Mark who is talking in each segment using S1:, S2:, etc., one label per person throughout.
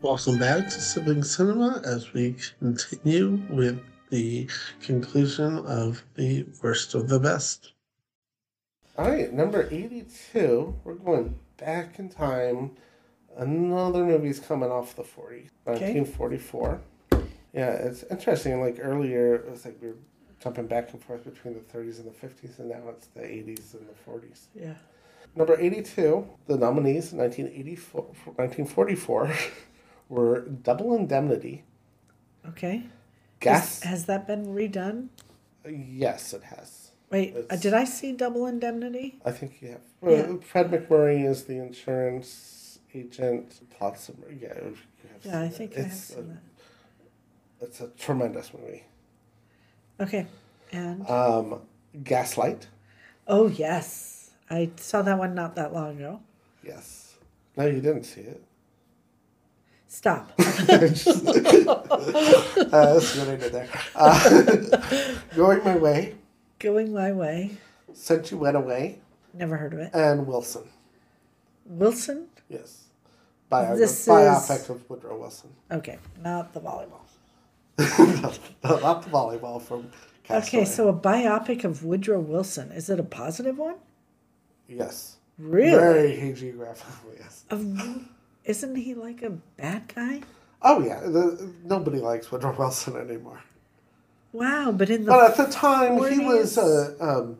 S1: Welcome back to Sibling Cinema as we continue with the conclusion of the worst of the best.
S2: All right, number 82. We're going back in time. Another movie's coming off the 40s,
S3: Okay.
S2: 1944. Yeah, it's interesting. Like earlier, it was like we were jumping back and forth between the 30s and the 50s, and now it's the 80s and the 40s.
S3: Yeah.
S2: Number 82, the nominees in 1984, 1944 were Double Indemnity,
S3: Okay.
S2: Gas.
S3: Is- uh, has that been redone?
S2: yes, it has.
S3: Wait, uh,
S2: It's-
S3: did I see Double Indemnity?
S2: I think you have.
S3: Yeah.
S2: Well, Fred McMurray is the insurance agent. Plots of yeah. you have
S3: Yeah, I
S2: seen
S3: think
S2: it.
S3: I have
S2: It's
S3: seen
S2: a- It's a tremendous movie.
S3: that. Okay. And
S2: Um, Gaslight.
S3: oh yes, I saw that one not that long ago.
S2: Yes. No, you didn't see it.
S3: Stop.
S2: Uh, that's what I did there. Uh, Going my way.
S3: Going my way.
S2: Since you went away,
S3: Never heard of it.
S2: and Wilson.
S3: Wilson.
S2: Yes. Bio-
S3: This is-
S2: biopic of Woodrow Wilson.
S3: Okay, not the volleyball.
S2: Not the volleyball from.
S3: Okay,
S2: Castaway.
S3: so a biopic of Woodrow Wilson. Is it a positive one?
S2: Yes.
S3: Really?
S2: Very hagiographical. Yes.
S3: Of- isn't he like a bad guy?
S2: Oh yeah, the, nobody likes Woodrow Wilson anymore.
S3: Wow, but in the
S2: But at the time, he
S3: Where
S2: was
S3: is-
S2: uh, um,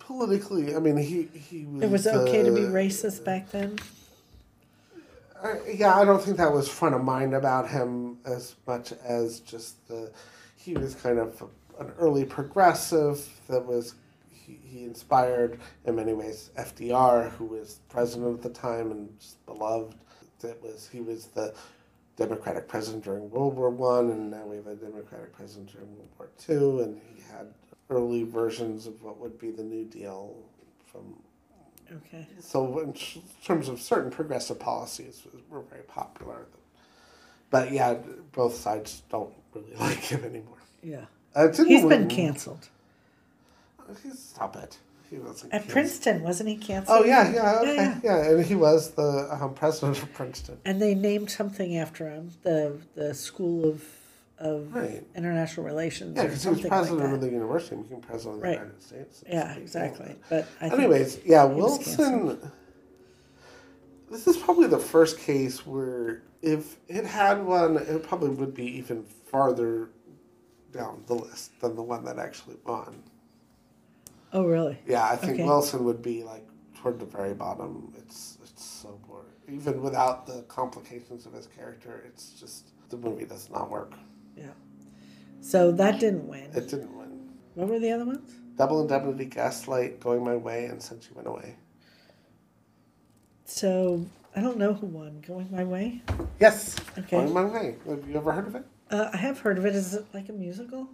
S2: politically. I mean, he he was.
S3: it was okay to be
S2: uh,
S3: racist back then.
S2: I- Uh, yeah, I don't think that was front of mind about him as much as just the. He was kind of an early progressive that was. He, he inspired, in many ways, FDR, who was president at the time and just beloved. That was he was the Democratic president during World War One, and now we have a Democratic president during World War Two, and he had early versions of what would be the New Deal from
S3: Okay.
S2: so in tr- terms of certain progressive policies uh, were very popular but yeah both sides don't really like him anymore
S3: Yeah.
S2: uh, didn't
S3: He's been
S2: we-
S3: canceled.
S2: he's- stop it he wasn't
S3: At
S2: canceled.
S3: Princeton, wasn't he canceled?
S2: oh yeah yeah okay yeah,
S3: yeah.
S2: and he was the um, president of princeton
S3: And they named something after him, the the School of of
S2: Right.
S3: International Relations
S2: yeah
S3: or
S2: because he was
S3: something like
S2: president of
S3: that.
S2: the university became president of the
S3: Right.
S2: united states It's a big
S3: Yeah,
S2: deal.
S3: exactly. But I think
S2: Anyways, yeah,
S3: was
S2: Wilson. This is probably the first case where if it had one, it probably would be even farther down the list than the one that actually won.
S3: Oh really?
S2: Yeah, I think
S3: Okay.
S2: Wilson would be like toward the very bottom. It's it's so boring. Even without the complications of his character, it's just the movie does not work.
S3: Yeah. So that didn't win.
S2: It didn't win.
S3: What were the other ones?
S2: Double indemnity, gaslight, going my way, and since you went away.
S3: So I don't know who won. Going my way.
S2: Yes.
S3: Okay.
S2: Going my way. Have you ever heard of it?
S3: Uh, I have heard of it. Is it like a musical?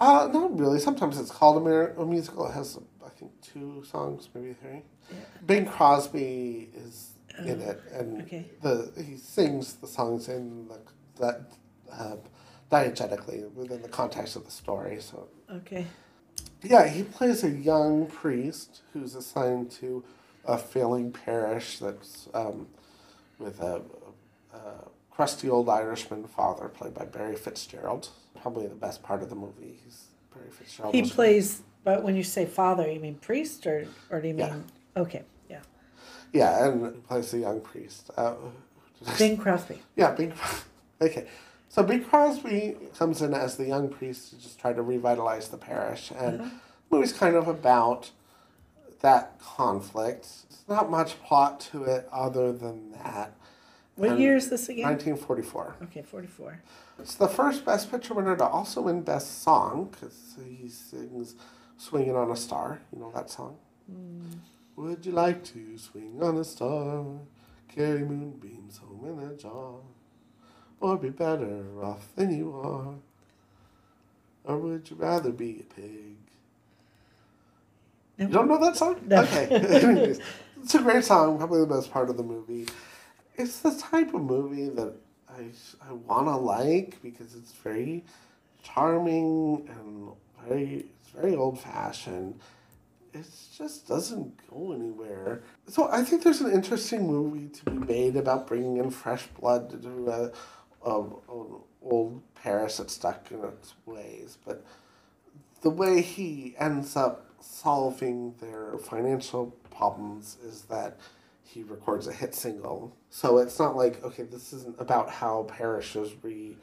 S2: Uh, not really. Sometimes it's called a, mir- a musical. It has, I think, two songs, maybe three. Bing Crosby is in it, and
S3: okay.
S2: the he sings the songs in the that uh, diegetically within the context of the story. So
S3: Okay.
S2: yeah, he plays a young priest who's assigned to a failing parish that's um, with a, a crusty old Irishman father played by Barry Fitzgerald. Probably the best part of the movie. He's Barry Fitzgerald.
S3: He
S2: was-
S3: plays, but when you say father, you mean priest, or or do you mean?
S2: Yeah.
S3: Okay. Yeah.
S2: Yeah, and plays the young priest. Uh,
S3: Bing Crosby.
S2: yeah, Bing. Okay, so Bing Crosby comes in as the young priest to just try to revitalize the parish, and the movie's kind of about that conflict. It's not much plot to it other than that.
S3: What
S2: And
S3: year is this again?
S2: 1944.
S3: Okay, forty-four.
S2: It's the first Best Picture winner to also win Best Song because he sings "Swinging on a Star." You know that song.
S3: Hmm.
S2: Would you like to swing on a star, carry moonbeams home in a jar, or be better off than you are? Or would you rather be a pig?
S3: No.
S2: You don't know that song?
S3: No.
S2: Okay. Anyways, it's a great song, probably the best part of the movie. It's the type of movie that I, I want to like because it's very charming and very it's very old fashioned. it just doesn't go anywhere. So I think there's an interesting movie to be made about bringing in fresh blood to do a, um, an old Paris that's stuck in its ways. But the way he ends up solving their financial problems is that he records a hit single. So it's not like okay, this isn't about how Parrish is re.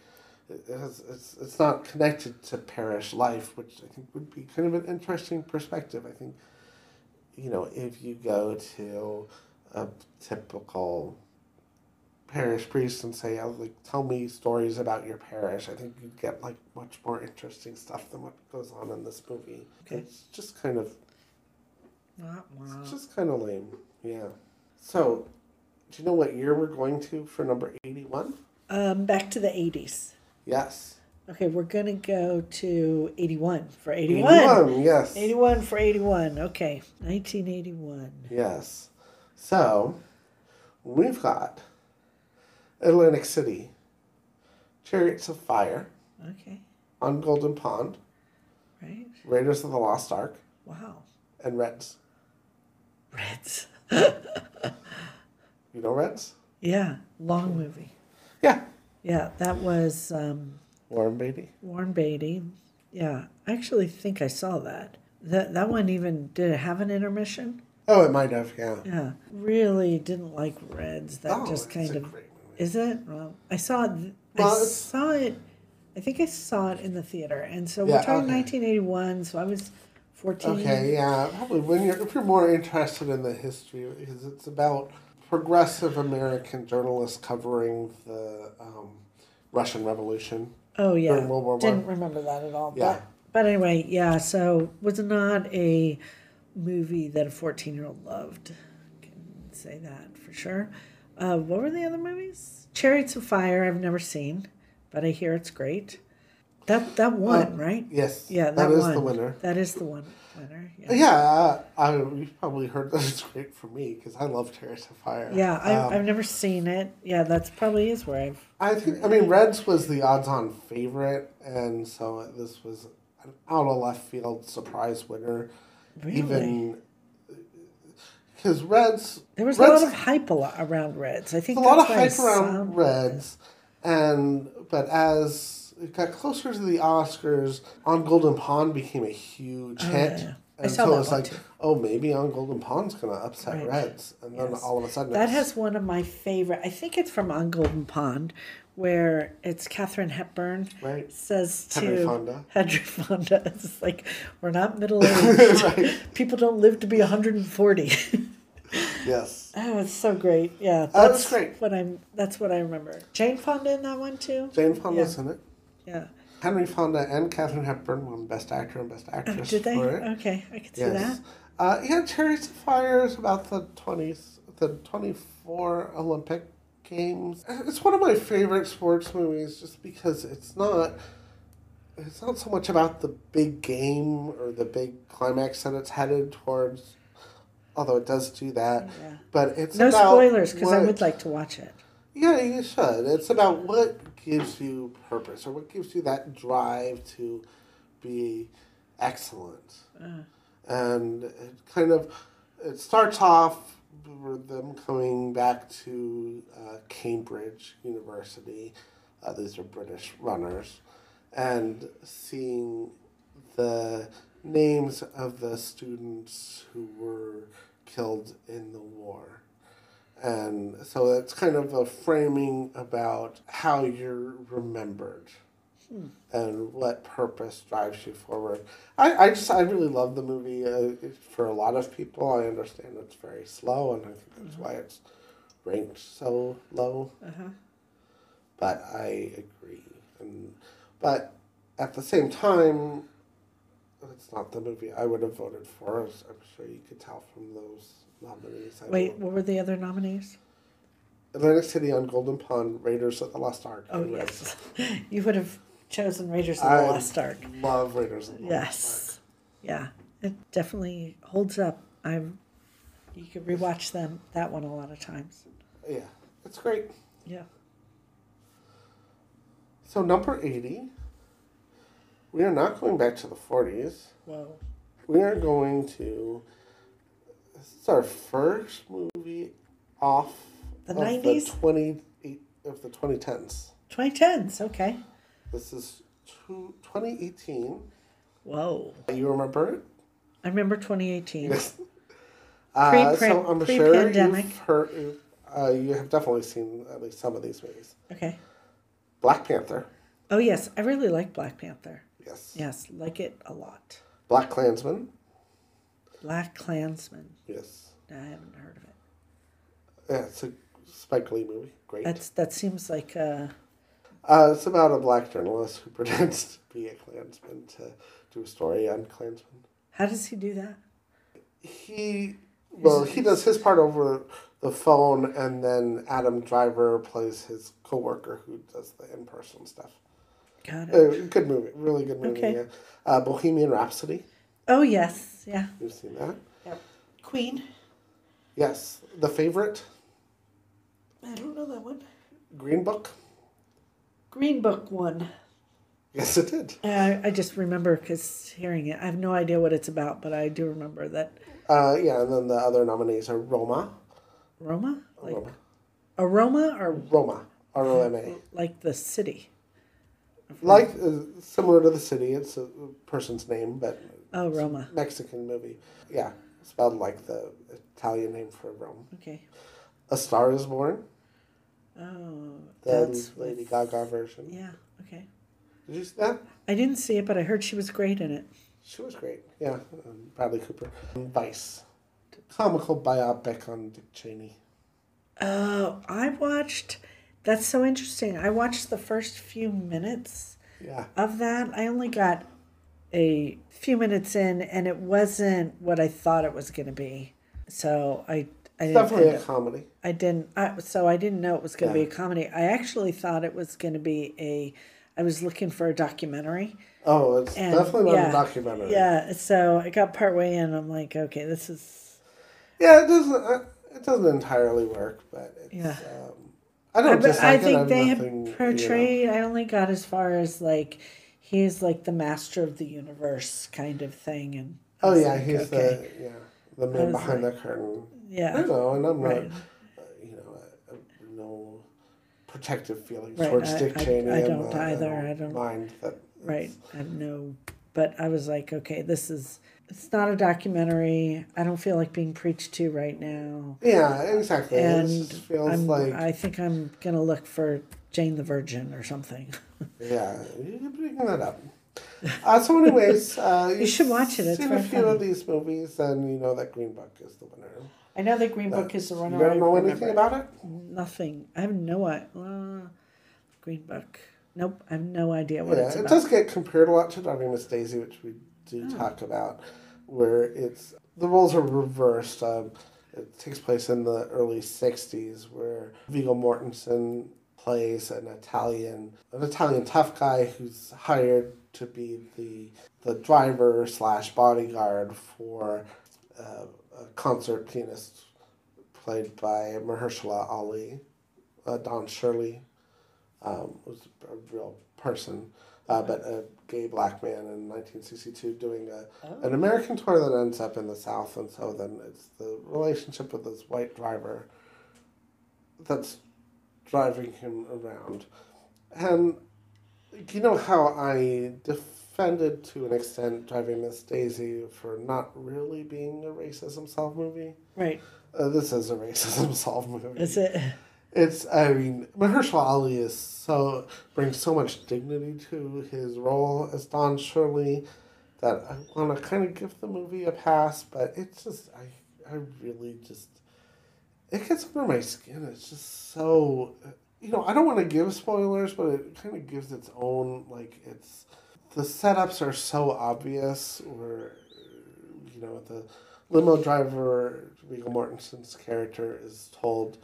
S2: It it has, it's it's not connected to Parish life, which I think would be kind of an interesting perspective. I think, you know, if you go to a typical parish priest and say, "Oh, like, tell me stories about your parish," I think you'd get like much more interesting stuff than what goes on in this movie.
S3: Okay. Uh.
S2: It's just kind of
S3: Wah, wah.
S2: it's just kind of lame. Yeah. So, do you know what year we're going to for number 81?
S3: Um, back to the 80s.
S2: Yes.
S3: Okay, we're going to go to 81 for 81. 81,
S2: 81, yes.
S3: for 81. Okay, 1981.
S2: Yes. So, we've got Atlantic City, Chariots of Fire,
S3: Okay,
S2: On Golden Pond,
S3: right?
S2: Raiders of the Lost Ark,
S3: Wow.
S2: and Reds.
S3: Reds.
S2: You know Reds?
S3: yeah, long movie.
S2: Yeah.
S3: Yeah, that was um,
S2: Warren Beatty.
S3: Warren Beatty. Yeah, I actually think I saw that. That that one even did it have an intermission?
S2: Oh, it might have, yeah.
S3: Yeah, really didn't like Reds. That
S2: oh,
S3: just
S2: it's
S3: kind
S2: a
S3: of
S2: great movie.
S3: Is it? Well, I saw it.
S2: Well,
S3: I
S2: it's-
S3: saw it. I think I saw it in the theater, and so
S2: Yeah,
S3: we're talking
S2: okay.
S3: 1981. So I was 14.
S2: Okay, yeah, probably when you're if you're more interested in the history because it's about progressive American journalists covering the um, Russian Revolution.
S3: Oh yeah.
S2: During World War One.
S3: Didn't remember that at all.
S2: Yeah.
S3: But, but anyway, yeah. So was not a movie that a 14 year old loved. Can say that for sure. Uh, what were the other movies? Chariots of Fire. I've never seen, but I hear it's great. That that one, right?
S2: Yes,
S3: Yeah, that,
S2: that is
S3: one.
S2: the winner.
S3: That is the one winner.
S2: Yeah, I, I you've probably heard that it's great for me because I love Terrace of Fire.
S3: Yeah, I,
S2: Um,
S3: I've never seen it. Yeah, that's probably is where I've.
S2: I think I mean Reds was the odds-on favorite, and so this was an out of left field surprise winner.
S3: Really?
S2: Even because Reds
S3: there was
S2: Reds-
S3: a lot of hype a lot around Reds. I think
S2: There's a lot of
S3: that's
S2: hype
S3: why I
S2: around
S3: saw-
S2: Reds, and but as it got closer to the Oscars, On Golden Pond became a huge hit.
S3: Oh, yeah. I
S2: And
S3: saw
S2: so
S3: that
S2: it's
S3: one,
S2: like,
S3: too.
S2: oh, maybe On Golden Pond's gonna upset
S3: Right.
S2: Reds, and then
S3: Yes.
S2: all of a sudden
S3: That
S2: it's-
S3: has one of my favorite. I think it's from On Golden Pond, where it's Katherine Hepburn
S2: Right.
S3: says to
S2: Henry Fonda.
S3: Henry Fonda, it's like we're not middle aged.
S2: Right.
S3: People don't live to be 140.
S2: yes.
S3: oh, it's so great. Yeah,
S2: Oh, it's great.
S3: What I'm. That's what I remember. Jane Fonda in that one too.
S2: Jane Fonda's in it.
S3: Yeah.
S2: Henry Fonda and Katherine Hepburn won Best Actor and Best
S3: Oh,
S2: Actress
S3: did they?
S2: for it.
S3: Okay, I could see that.
S2: Yes. Uh, yeah, Chariots of Fire is about the 20s, the 24 Olympic Games. It's one of my favorite sports movies just because it's not. It's not so much about the big game or the big climax that it's headed towards, although it does do that.
S3: Yeah.
S2: But it's
S3: No
S2: about
S3: spoilers, because I
S2: what-
S3: would like to watch it.
S2: yeah, you should. It's about what gives you purpose or what gives you that drive to be excellent.
S3: Uh,
S2: And it kind of it starts off with them coming back to uh, Cambridge University. Uh, these are British runners, and seeing the names of the students who were killed in the war. And so it's kind of a framing about how you're remembered and what purpose drives you forward. I, I just, I really love the movie. Uh, it's for a lot of people, I understand it's very slow, and I think that's why it's ranked so low.
S3: Uh-huh.
S2: But I agree. And, but at the same time, it's not the movie I would have voted for, as I'm sure you could tell from those nominees. I
S3: Wait,
S2: don't-
S3: what were the other nominees?
S2: Atlantic City on Golden Pond, Raiders of the Lost Ark.
S3: Oh,
S2: and Reds.
S3: yes. you would have chosen Raiders of the
S2: I
S3: Lost Ark.
S2: Love Raiders of the Lost
S3: Yes. Yeah. It definitely holds up. I you could rewatch them that one a lot of times.
S2: Ark. Yeah, it's great.
S3: Yeah.
S2: So number eighty. We are not going back to the forties.
S3: Whoa.
S2: we are going to. This is our first movie off
S3: The
S2: of
S3: 90s?
S2: the twenty eight of the twenty tens.
S3: 2010s. Okay.
S2: This is two, 2018.
S3: Whoa.
S2: You remember it?
S3: I remember 2018.
S2: Uh,
S3: Pre-
S2: so I'm
S3: pre-
S2: sure
S3: pre-pandemic.
S2: you've heard. Uh, you have definitely seen at least some of these movies.
S3: Okay.
S2: Black Panther.
S3: Oh, yes. I really like Black Panther.
S2: Yes.
S3: Yes. Like it a lot.
S2: Black Klansman.
S3: Black Klansman.
S2: Yes.
S3: No, I haven't heard of it.
S2: Yeah, it's a Spike Lee movie. Great.
S3: That's That seems like uh,
S2: Uh, it's about a black journalist who pretends to be a Klansman to do a story on Klansmen.
S3: How does he do that?
S2: He, well, he does his part over the phone, and then Adam Driver plays his coworker who does the in person stuff.
S3: Got it.
S2: Uh, good movie, really good movie.
S3: Okay.
S2: Yeah. Uh, Bohemian Rhapsody.
S3: Oh, yes. Yeah.
S2: You've seen that?
S3: Queen.
S2: Yes. The favorite.
S3: I don't know that one.
S2: Green Book.
S3: Green Book one.
S2: Yes, it did.
S3: Uh, I just remember because hearing it. I have no idea what it's about, but I do remember that
S2: Uh, yeah, and then the other nominees are Roma.
S3: Roma, like
S2: Roma.
S3: aroma, or
S2: Roma. R O M A.
S3: like the city.
S2: Like uh, similar to the city, it's a person's name, but
S3: Oh, Roma.
S2: Mexican movie. Yeah, spelled like the Italian name for Rome.
S3: Okay.
S2: A Star is Born,
S3: Oh,
S2: the
S3: that's
S2: Lady
S3: with-
S2: Gaga version.
S3: Yeah. Okay.
S2: Did you see that?
S3: I didn't see it, but I heard she was great in it.
S2: She was great. Yeah, um, Bradley Cooper. Vice, comical biopic on Dick Cheney.
S3: Oh, I watched. That's so interesting. I watched the first few minutes
S2: Yeah,
S3: of that. I only got a few minutes in, and it wasn't what I thought it was going to be. So I, I
S2: it's
S3: didn't.
S2: definitely
S3: end
S2: a
S3: up-
S2: comedy.
S3: I didn't. I, so I didn't know it was going to
S2: Yeah.
S3: be a comedy. I actually thought it was going to be a. I was looking for a documentary.
S2: Oh, it's
S3: And,
S2: definitely not
S3: yeah,
S2: a documentary.
S3: Yeah. So I got partway in. I'm like, okay, this is.
S2: yeah, it doesn't. Uh, it doesn't entirely work, but it's,
S3: Yeah.
S2: Um, I don't.
S3: I,
S2: dislike
S3: I
S2: it,
S3: think
S2: have
S3: they
S2: nothing, you
S3: have
S2: know.
S3: portrayed. I only got as far as like, he's like the master of the universe kind of thing, and. I
S2: Oh
S3: was
S2: yeah,
S3: like,
S2: he's
S3: okay.
S2: the yeah the man
S3: was
S2: behind the curtain. I
S3: Yeah.
S2: know, and I'm not,
S3: Right.
S2: uh, you know, uh, uh, no protective feelings
S3: Right,
S2: towards
S3: I-
S2: Dick
S3: I-
S2: Cheney.
S3: I
S2: and,
S3: don't
S2: uh,
S3: either, I don't-
S2: mind that.
S3: Right. I know, but I was like, okay, this is. It's not a documentary. I don't feel like being preached to right now.
S2: Yeah, exactly.
S3: and
S2: it just feels
S3: I'm,
S2: like
S3: I think I'm gonna look for Jane the Virgin or something.
S2: yeah, you're bringing that up. Uh, so, anyways, uh,
S3: You should watch it, it's
S2: seen a
S3: very
S2: few
S3: funny.
S2: of these movies, and you know that Green Book is the winner.
S3: I know the Green Book is the
S2: You
S3: runner.
S2: don't
S3: I
S2: know
S3: remember
S2: anything about it?
S3: Nothing. I have no idea. Uh, Green Book. Nope. I have no idea what
S2: Yeah,
S3: it's
S2: it
S3: about. Oh.
S2: does get compared a lot to Driving Miss Daisy, which we do talk about, where it's the roles are reversed. Um, it takes place in the early '60s, where Viggo Mortensen plays an Italian, an Italian tough guy who's hired to be the the driver slash bodyguard for uh, a concert pianist played by Mahershala Ali, uh, Don Shirley, um, was a real person, uh, but a gay black man in 1962 doing a, an American tour that ends up in the South, and so then it's the relationship with this white driver that's driving him around. And you know how I defended to an extent Driving Miss Daisy for not really being a racism solve movie?
S3: Right.
S2: Uh, this is a racism solve movie.
S3: Is it?
S2: It's I mean Mahershala Ali is so brings so much dignity to his role as Don Shirley that I want to kind of give the movie a pass, but it's just I I really just it gets under my skin. It's just so you know I don't want to give spoilers, but it kind of gives its own like it's the setups are so obvious or you know the limo driver Viggo Mortensen's character is told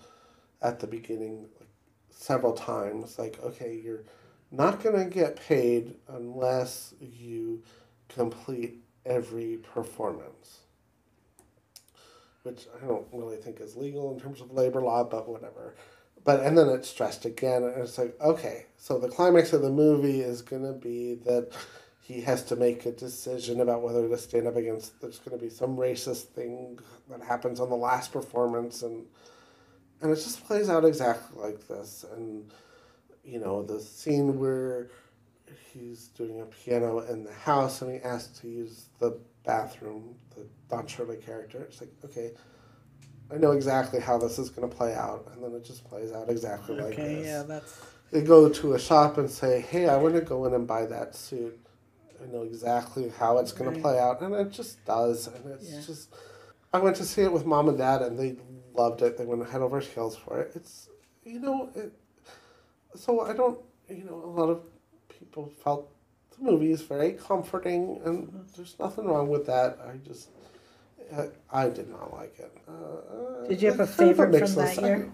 S2: at the beginning like, several times like okay you're not going to get paid unless you complete every performance which i don't really think is legal in terms of labor law but whatever but and then it's stressed again and it's like okay so the climax of the movie is going to be that he has to make a decision about whether to stand up against. There's going to be some racist thing that happens on the last performance, and and it just plays out exactly like this. And you know the scene where he's doing a piano in the house, and he asks to use the bathroom. The Don Shirley character. It's like okay. I know exactly how this is going to play out, and then it just plays out exactly like
S3: okay,
S2: this
S3: yeah, that's
S2: they go to a shop and say, "Hey, I want to go in and buy that suit." I know exactly how it's going
S3: Right.
S2: to play out, and it just does. And it's
S3: Yeah.
S2: just, I went to see it with mom and dad, and they loved it. They went head over heels for it. It's, you know, it. So I don't, you know, a lot of people felt the movie is very comforting, and there's nothing wrong with that. I just. I- I did not like it. Uh,
S3: Did you have a
S2: it's kind of
S3: favorite from
S2: mixed
S3: that
S2: list. I-
S3: year?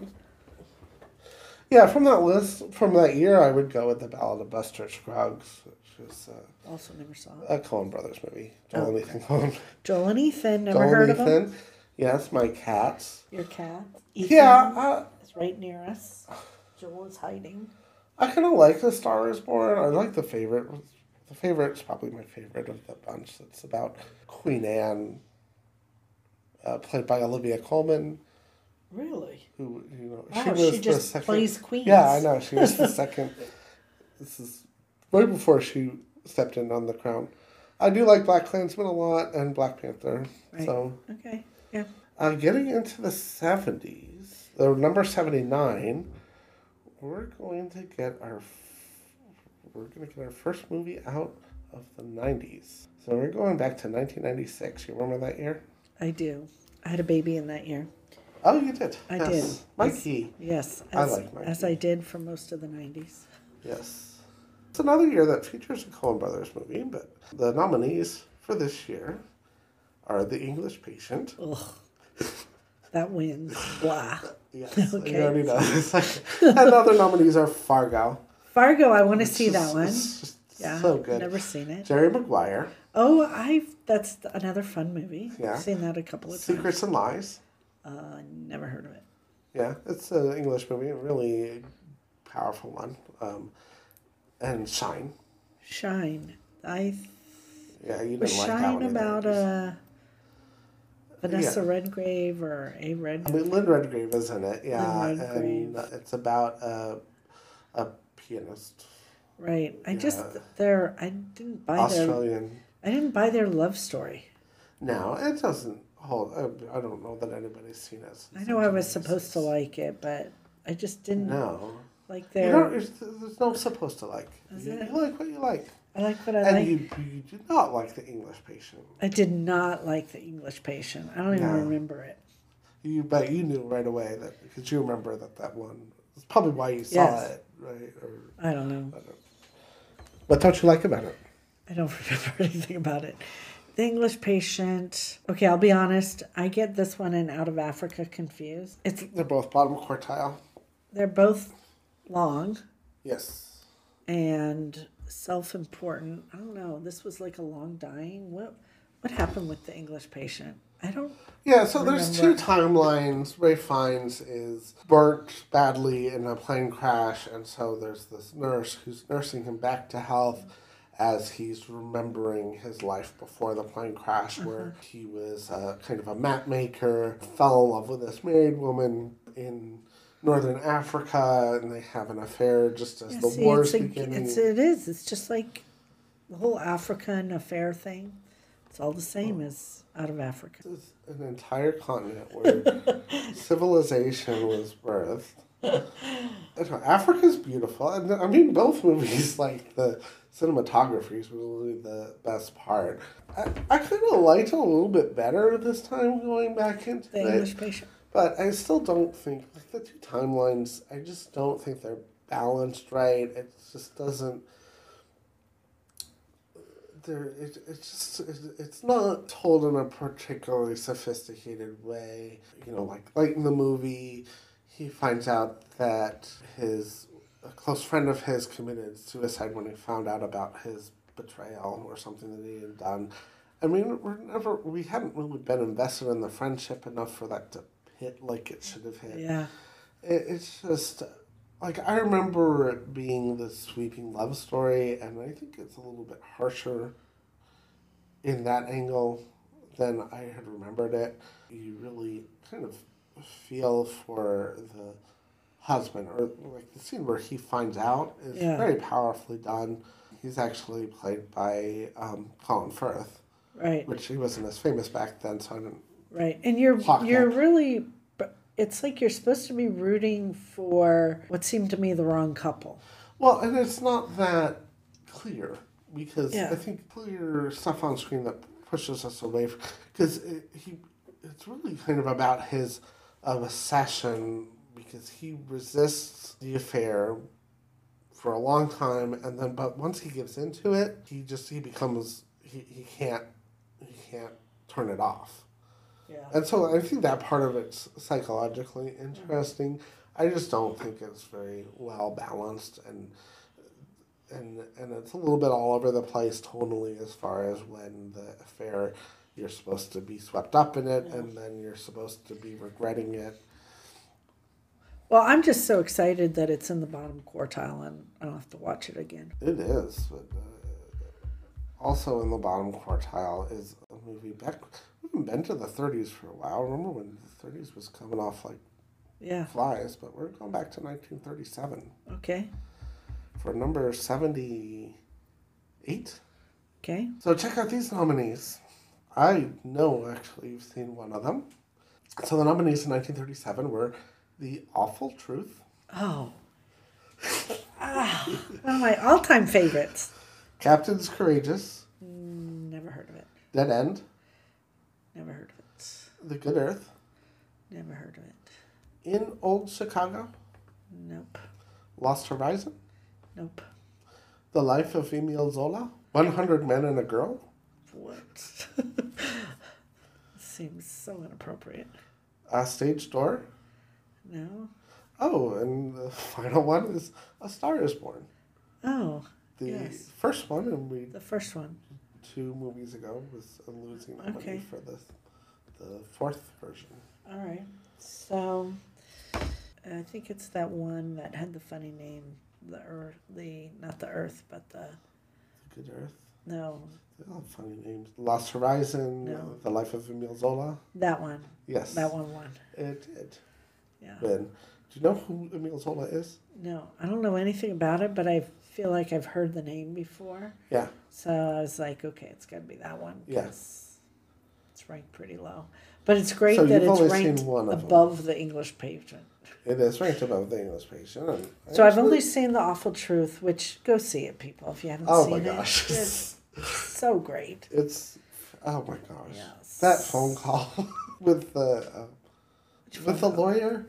S2: yeah, from that list, from that year, I would go with the Ballad of Buster Scruggs, which is uh,
S3: also never saw it.
S2: a Coen Brothers movie. Joel
S3: Oh.
S2: and Ethan Coen.
S3: Joel and Ethan, never
S2: Joel and
S3: heard of them.
S2: Ethan. Yes, my cats.
S3: Your cat, Ethan,
S2: Yeah,
S3: is right near us. Joel is hiding.
S2: I, I kind of like the Star Is Born. I like the favorite. The favorite's probably my favorite of the bunch. It's about Queen Anne, uh, played by Olivia Colman,
S3: Really?
S2: who you know
S3: Wow, Oh, she, just plays queens.
S2: Yeah, I know. She was the second. This is right before she stepped in on the crown. I do like Black Klansman a lot and Black Panther.
S3: Right.
S2: So,
S3: Okay. Yeah.
S2: uh, getting into the 70s, the number 79, we're going to get our f- we're going to get our first movie out of the 90s. So, we're going back to 1996. You remember that year?
S3: I do. I had a baby in that year.
S2: Oh, you did.
S3: I
S2: yes.
S3: did.
S2: Mikey.
S3: Yes,
S2: I
S3: as,
S2: like Mikey.
S3: as I did for most of the 90s.
S2: Yes. It's another year that features a Coen Brothers movie, but the nominees for this year are The English Patient.
S3: Ugh. That wins. Blah.
S2: Yes,
S3: Okay.
S2: you already know. It's like- and other nominees are Fargo.
S3: Fargo, I want to
S2: It's
S3: see
S2: just-
S3: that one.
S2: It's just
S3: Yeah.
S2: so good.
S3: Never seen it.
S2: Jerry Maguire,
S3: Oh, I've that's th- another fun movie.
S2: Yeah.
S3: I've seen that a couple of times.
S2: Secrets and Lies.
S3: Uh, never heard of it.
S2: Yeah, it's an English movie, a really powerful one. Um, and Shine.
S3: Shine. I
S2: Yeah, you didn't
S3: was
S2: like that
S3: Shine
S2: one. either.
S3: about uh, Vanessa
S2: Yeah.
S3: Redgrave or a Red.
S2: I mean, Lynn Redgrave is in it, yeah,
S3: Lynn
S2: and
S3: Redgrave.
S2: it's about a, a pianist,
S3: right. I just
S2: yeah.
S3: their I didn't buy their
S2: Australian.
S3: I didn't buy their love story.
S2: No, it doesn't hold. I, I don't know that anybody's seen it.
S3: I know I was supposed to like it, but I just didn't
S2: No,
S3: like
S2: you don't,
S3: their.
S2: there's, there's no supposed to like.
S3: Is
S2: You,
S3: it?
S2: you like what you like,
S3: I like what I
S2: and
S3: like.
S2: you you do not like the English Patient.
S3: I did not like the English Patient. I don't even
S2: No.
S3: remember it.
S2: You bet you knew right away that because you remember that that one. It's probably why you saw
S3: Yes.
S2: it, right? Or
S3: I don't know.
S2: what don't you like about it?
S3: I don't remember anything about it. The English Patient. Okay, I'll be honest. I get this one and Out of Africa confused. It's
S2: They're both bottom quartile.
S3: they're both long
S2: Yes.
S3: and self-important. I don't know. This was like a long dying. What what happened with the English Patient? I don't.
S2: Yeah, so there's two
S3: Remember.
S2: timelines. Ray Fiennes is burnt badly in a plane crash, and so there's this nurse who's nursing him back to health as he's remembering his life before the plane crash,
S3: Mm-hmm.
S2: where he was uh, kind of a map maker, fell in love with this married woman in northern Africa, and they have an affair just as
S3: Yeah,
S2: the
S3: see,
S2: war's
S3: it's like,
S2: beginning.
S3: it's it is. It's just like the whole African affair thing. It's all the same as Out of Africa.
S2: This is an entire continent where civilization was birthed. I don't know, Africa's beautiful, and I mean both movies. Like the cinematography is really the best part. I, I kind of liked it a little bit better this time going back into
S3: The
S2: it,
S3: English Patient.
S2: but I still don't think like the two timelines. I just don't think they're balanced right. It just doesn't. There, it, it's just it, it's not told in a particularly sophisticated way. You know, like like in the movie, he finds out that his a close friend of his committed suicide when he found out about his betrayal or something that he had done. I mean, we're never we hadn't really been invested in the friendship enough for that to hit like it should have hit
S3: Yeah.
S2: it, it's just like I remember it being this sweeping love story, and I think it's a little bit harsher in that angle than I had remembered it. You really kind of feel for the husband, or like the scene where he finds out is
S3: Yeah.
S2: very powerfully done. He's actually played by um, Colin Firth,
S3: Right.
S2: which he wasn't as famous back then, so I didn't.
S3: Right. And you're
S2: Hawk
S3: you're
S2: neck.
S3: really it's like you're supposed to be rooting for what seemed to me the wrong couple.
S2: Well, and it's not that clear because
S3: Yeah.
S2: I think clear stuff on screen that pushes us away because it, he it's really kind of about his um, obsession because he resists the affair for a long time and then but once he gives into it he just he becomes he, he can't he can't turn it off
S3: Yeah.
S2: and so I think that part of it's psychologically interesting. I just don't think it's very well balanced and and and it's a little bit all over the place tonally as far as when the affair you're supposed to be swept up in it and then you're supposed to be regretting it.
S3: Well, I'm just so excited that it's in the bottom quartile and I don't have to watch it again.
S2: It is, but uh, also in the bottom quartile is a movie back. We haven't been to the 30s for a while. Remember when the 30s was coming off like
S3: Yeah.
S2: flies, but we're going back to 1937.
S3: Okay.
S2: for number 78.
S3: Okay.
S2: So check out these nominees. I know actually you've seen one of them. So the nominees in 1937 were The Awful Truth,
S3: Oh. Ah, one of my all-time favorites.
S2: Captain's Courageous,
S3: Never heard of it.
S2: Dead End,
S3: Never heard of it.
S2: The Good Earth,
S3: Never heard of it.
S2: In Old Chicago,
S3: Nope.
S2: Lost Horizon,
S3: Nope.
S2: The Life of Emile Zola, 100 Men and a Girl,
S3: What? Seems so inappropriate.
S2: A Stage Door.
S3: No.
S2: Oh, and the final one is A Star is Born.
S3: Oh,
S2: The
S3: Yes.
S2: first one, and we
S3: the first one.
S2: two movies ago was a losing nominee
S3: Okay.
S2: for the the fourth version.
S3: All right. So I think it's that one that had the funny name, the earth, the not the earth, but the
S2: Good Earth.
S3: no,
S2: They all have funny names. Lost Horizon,
S3: No.
S2: The Life of Emile Zola.
S3: that one.
S2: Yes.
S3: That one won.
S2: It did.
S3: Yeah.
S2: Then, do you know who Emile Zola is?
S3: No, I don't know anything about it, but I feel like I've heard the name before.
S2: Yeah.
S3: So I was like, okay, it's got to be that one.
S2: Yeah.
S3: 'cause It's ranked pretty low. But it's great
S2: So
S3: that
S2: you've
S3: it's
S2: only
S3: ranked
S2: seen one of 'em.
S3: above the English patron.
S2: It is ranked above the English patient. and I
S3: So I've
S2: actually-
S3: only seen The Awful Truth, which go see it, people, if you haven't
S2: Oh
S3: seen
S2: my
S3: it.
S2: gosh.
S3: It's so great.
S2: It's. Oh my gosh.
S3: Yes.
S2: That phone call with the. Uh, with the lawyer,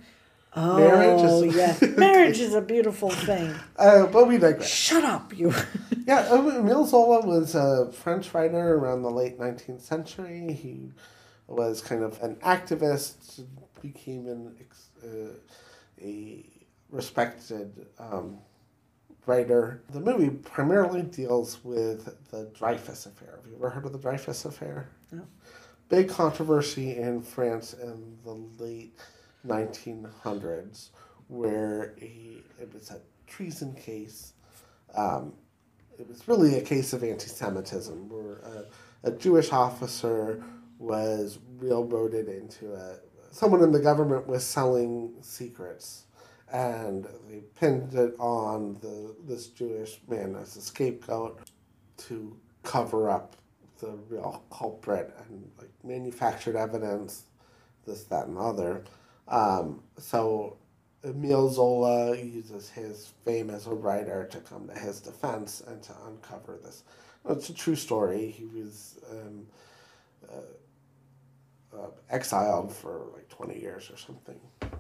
S3: Oh,
S2: Marriage is-
S3: yeah. Marriage is a beautiful thing.
S2: uh, but we digress.
S3: Shut up, you.
S2: Yeah, um, Emile Zola was a French writer around the late 19th century. He was kind of an activist, became an ex- uh, a respected um, writer. The movie primarily deals with the Dreyfus Affair. Have you ever heard of the Dreyfus Affair?
S3: No.
S2: Big controversy in France in the late 1900s, where a, it was a treason case. Um, it was really a case of anti-Semitism, where a, a Jewish officer was railroaded into a someone in the government was selling secrets, and they pinned it on the this Jewish man as a scapegoat to cover up the real culprit and like manufactured evidence, this, that, and the other. Um, so Emile Zola uses his fame as a writer to come to his defense and to uncover this. It's a true story. He was um, uh, uh, exiled for like 20 years or something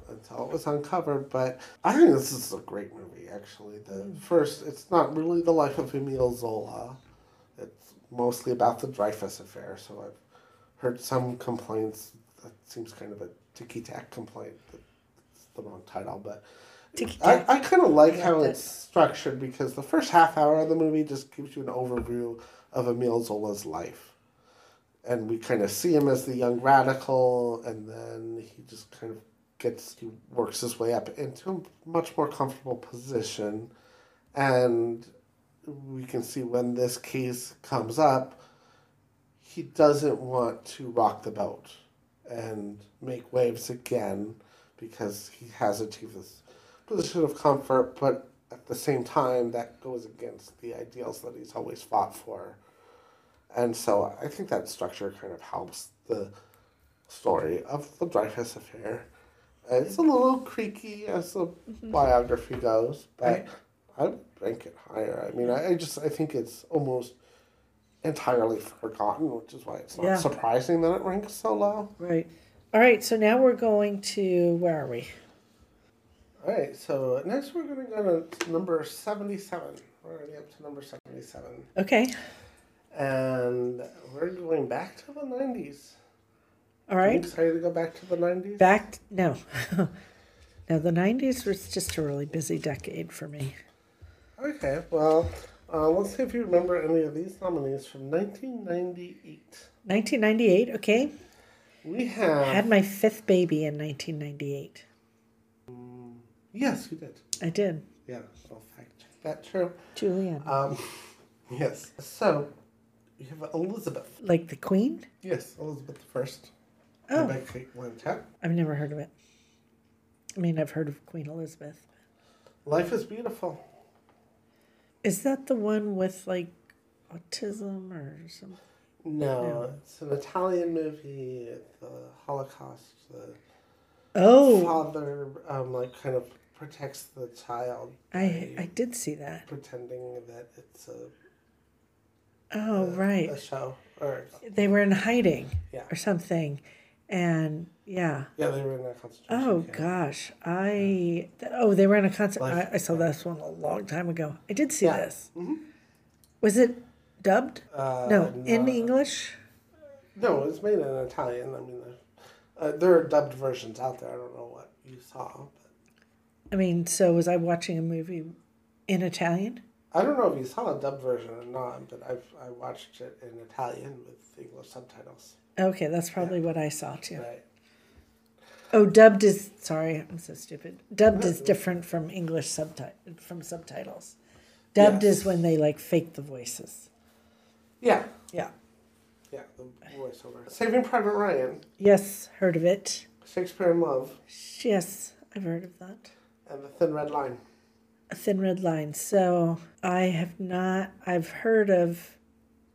S2: until it was uncovered. But I think this is a great movie, actually. The first, it's not really the life of Emile Zola, it's mostly about the Dreyfus affair. So I've heard some complaints. That seems kind of a ticky tack complaint. that It's the wrong title, but. I, I kind of like how
S3: Yeah.
S2: it's structured because the first half hour of the movie just gives you an overview of Emile Zola's life. And we kind of see him as the young radical, and then he just kind of gets he works his way up into a much more comfortable position, and we can see when this case comes up, he doesn't want to rock the boat and make waves again because he has achieved this position of comfort, but at the same time, that goes against the ideals that he's always fought for. And so I think that structure kind of helps the story of the Dreyfus affair. Uh, It's a little creaky as the biography goes, but I would rank it higher. I mean, I, I just I think it's almost entirely forgotten, which is why it's not
S3: Yeah.
S2: surprising that it ranks so low.
S3: Right. All right. So now we're going to where are we?
S2: All right, so next we're going to go to number 77. We're already up to number 77.
S3: Okay.
S2: And we're going back to the 90s.
S3: All
S2: Are you
S3: right.
S2: excited to go back to the 90s?
S3: Back no. no, the '90s was just a really busy decade for me.
S2: Okay, well, uh, let's see if you remember any of these nominees from 1998.
S3: 1998. Okay.
S2: We
S3: I had
S2: have.
S3: my fifth baby in 1998.
S2: Yes, you did.
S3: I did.
S2: Yeah, I'll fact check that true.
S3: Julianne.
S2: Um, yes. So, you have Elizabeth.
S3: like the Queen?
S2: Yes, Elizabeth I.
S3: Oh.
S2: By Kate Blanchett.
S3: I've never heard of it. I mean, I've heard of Queen Elizabeth.
S2: Life is Beautiful.
S3: Is that the one with like autism or something?
S2: No, it's an Italian movie, the Holocaust, the
S3: Oh,
S2: father um, like kind of protects the child
S3: I I did see that.
S2: pretending that it's a,
S3: Oh, right.
S2: a show or
S3: They were in hiding
S2: Uh, Yeah.
S3: or something. And yeah.
S2: yeah they were in a concentration
S3: Oh
S2: camp.
S3: gosh. I th- oh, they were in a concert.
S2: Life-
S3: I, I saw this one a long time ago. I did see
S2: Yeah. Mm-hmm.
S3: this. Was it dubbed?
S2: Uh,
S3: no, in
S2: not-
S3: English?
S2: no it's made in Italian I mean uh, uh, there are dubbed versions out there I don't know what you saw but
S3: I mean, so was I watching a movie in Italian?
S2: I don't know if you saw a dubbed version or not but I've I watched it in Italian with English subtitles
S3: Okay, that's probably what I saw too.
S2: right
S3: Oh, dubbed is sorry, I'm so stupid. Dubbed is different from English subtitle from subtitles. Dubbed
S2: Yes.
S3: is when they like fake the voices.
S2: yeah
S3: Yeah.
S2: yeah the voiceover Saving Private Ryan
S3: Yes, heard of it.
S2: Shakespeare in Love
S3: Yes, I've heard of that.
S2: and the Thin Red Line
S3: A thin red line. So I have not. I've heard of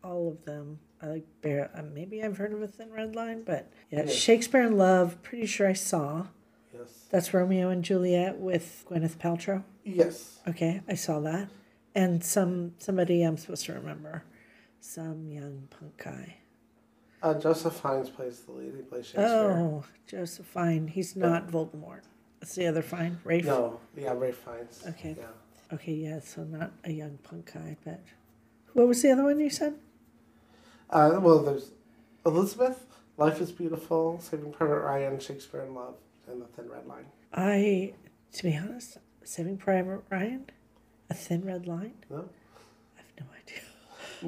S3: all of them. I like bear. uh, Maybe I've heard of a thin red line, but yeah,
S2: Yeah.
S3: Shakespeare in Love. Pretty sure I saw.
S2: yes
S3: That's Romeo and Juliet with Gwyneth Paltrow.
S2: yes
S3: Okay, I saw that. And some somebody I'm supposed to remember, some young punk guy.
S2: Uh, Joseph Fiennes plays the lead. He plays Shakespeare.
S3: Oh, Joseph Fine. He's not Voldemort. That's the other Fine, Rafe.
S2: No, yeah, Ray Fiennes.
S3: Okay.
S2: Yeah.
S3: Okay, yeah. So not a young punk guy, but what was the other one you said?
S2: Uh, well, there's Elizabeth, Life is Beautiful, Saving Private Ryan, Shakespeare in Love, and The Thin Red Line.
S3: I, to be honest, Saving Private Ryan, A Thin Red Line.
S2: No?
S3: I have no idea.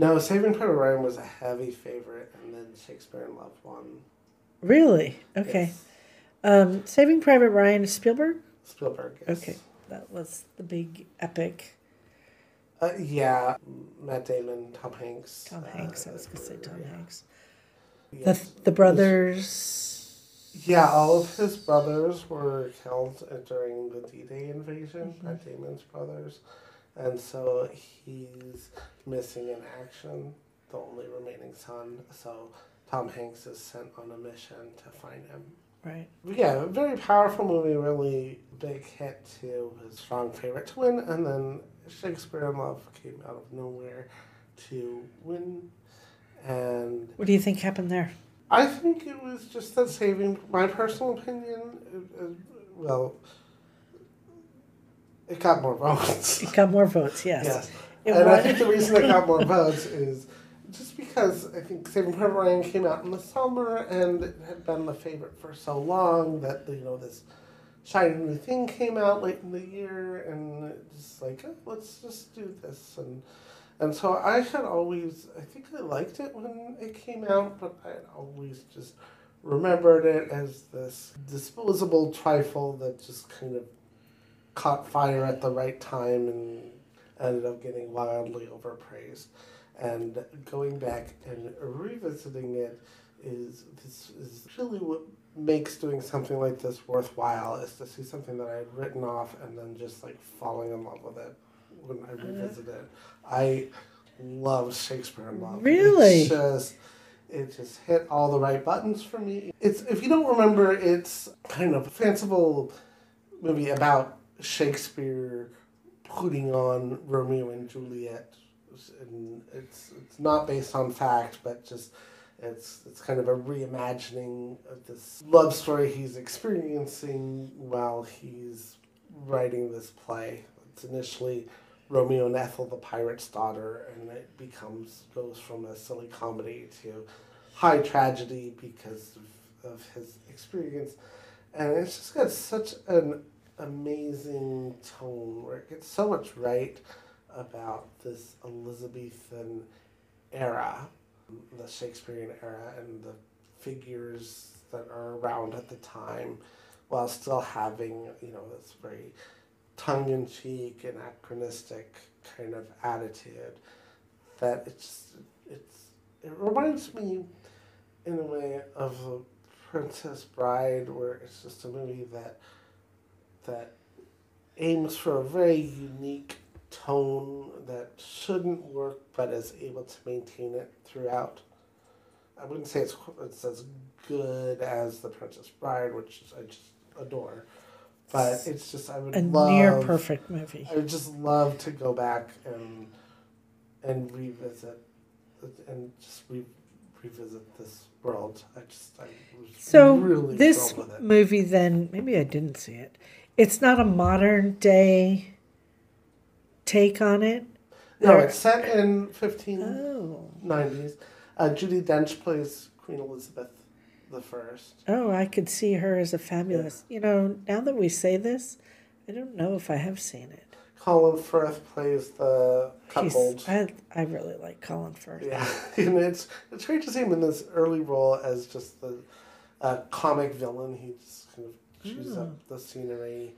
S2: No, Saving Private Ryan was a heavy favorite, and then Shakespeare in Love won.
S3: Really? Okay.
S2: Yes.
S3: Um, Saving Private Ryan is Spielberg.
S2: Spielberg. Yes.
S3: Okay, that was the big epic.
S2: Uh, yeah, Matt Damon, Tom Hanks.
S3: Tom
S2: uh,
S3: Hanks. I was gonna say Tom
S2: yeah.
S3: Hanks. The
S2: Yes.
S3: the brothers.
S2: Yeah, all of his brothers were killed uh, during the D-Day invasion by
S3: Mm-hmm.
S2: Damon's brothers, and so he's missing in action, the only remaining son. So Tom Hanks is sent on a mission to find him.
S3: Right.
S2: But yeah, a very powerful movie, really big hit to his strong favorite to win, and then Shakespeare in Love came out of nowhere to win, and
S3: What do you think happened there?
S2: I think it was just that saving. My personal opinion, it, it, well, it got more votes.
S3: It got more votes. Yes.
S2: Yes,
S3: It
S2: and I
S3: won.
S2: think the reason it got more votes is just because I think Saving Private Ryan came out in the summer and it had been the favorite for so long that you know this shiny new thing came out late in the year and it's just like oh, let's just do this and and so I had always I think I liked it when it came out but I had always just remembered it as this disposable trifle that just kind of caught fire at the right time and ended up getting wildly overpraised. And going back and revisiting it is this is really what makes doing something like this worthwhile is to see something that I had written off and then just like falling in love with it when I revisit it. I love Shakespeare in Love.
S3: Really?
S2: It's just it just hit all the right buttons for me. It's if you don't remember, it's kind of a fanciful movie about Shakespeare putting on Romeo and Juliet, and it's it's not based on fact, but just it's it's kind of a reimagining of this love story he's experiencing while he's writing this play. It's initially Romeo and Ethel, the pirate's daughter, and it becomes goes from a silly comedy to high tragedy because of, of his experience, and it's just got such an amazing tone where it gets so much right about this Elizabethan era, the Shakespearean era, and the figures that are around at the time, while still having you know this very tongue in cheek, anachronistic kind of attitude that it's it's it reminds me in a way of the Princess Bride where it's just a movie that that aims for a very unique tone that shouldn't work but is able to maintain it throughout. I wouldn't say it's it's as good as The Princess Bride, which I just adore, but it's just I would
S3: A
S2: love
S3: near perfect movie.
S2: I would just love to go back and and revisit and just re- revisit this world. I just I was
S3: So
S2: really
S3: this
S2: thrilled with it.
S3: movie, then maybe I didn't see it. It's not a modern day take on it.
S2: No, it's set in fifteen
S3: Oh,
S2: nineties. Uh, Judy Dench plays Queen Elizabeth the First.
S3: oh, I could see her as a fabulous. You know, now that we say this, I don't know if I have seen it.
S2: Colin Firth plays the
S3: He's-
S2: coupled.
S3: I I really like Colin Firth.
S2: Yeah, and it's it's great to see him in this early role as just the uh, comic villain. He just kind of chews up the scenery.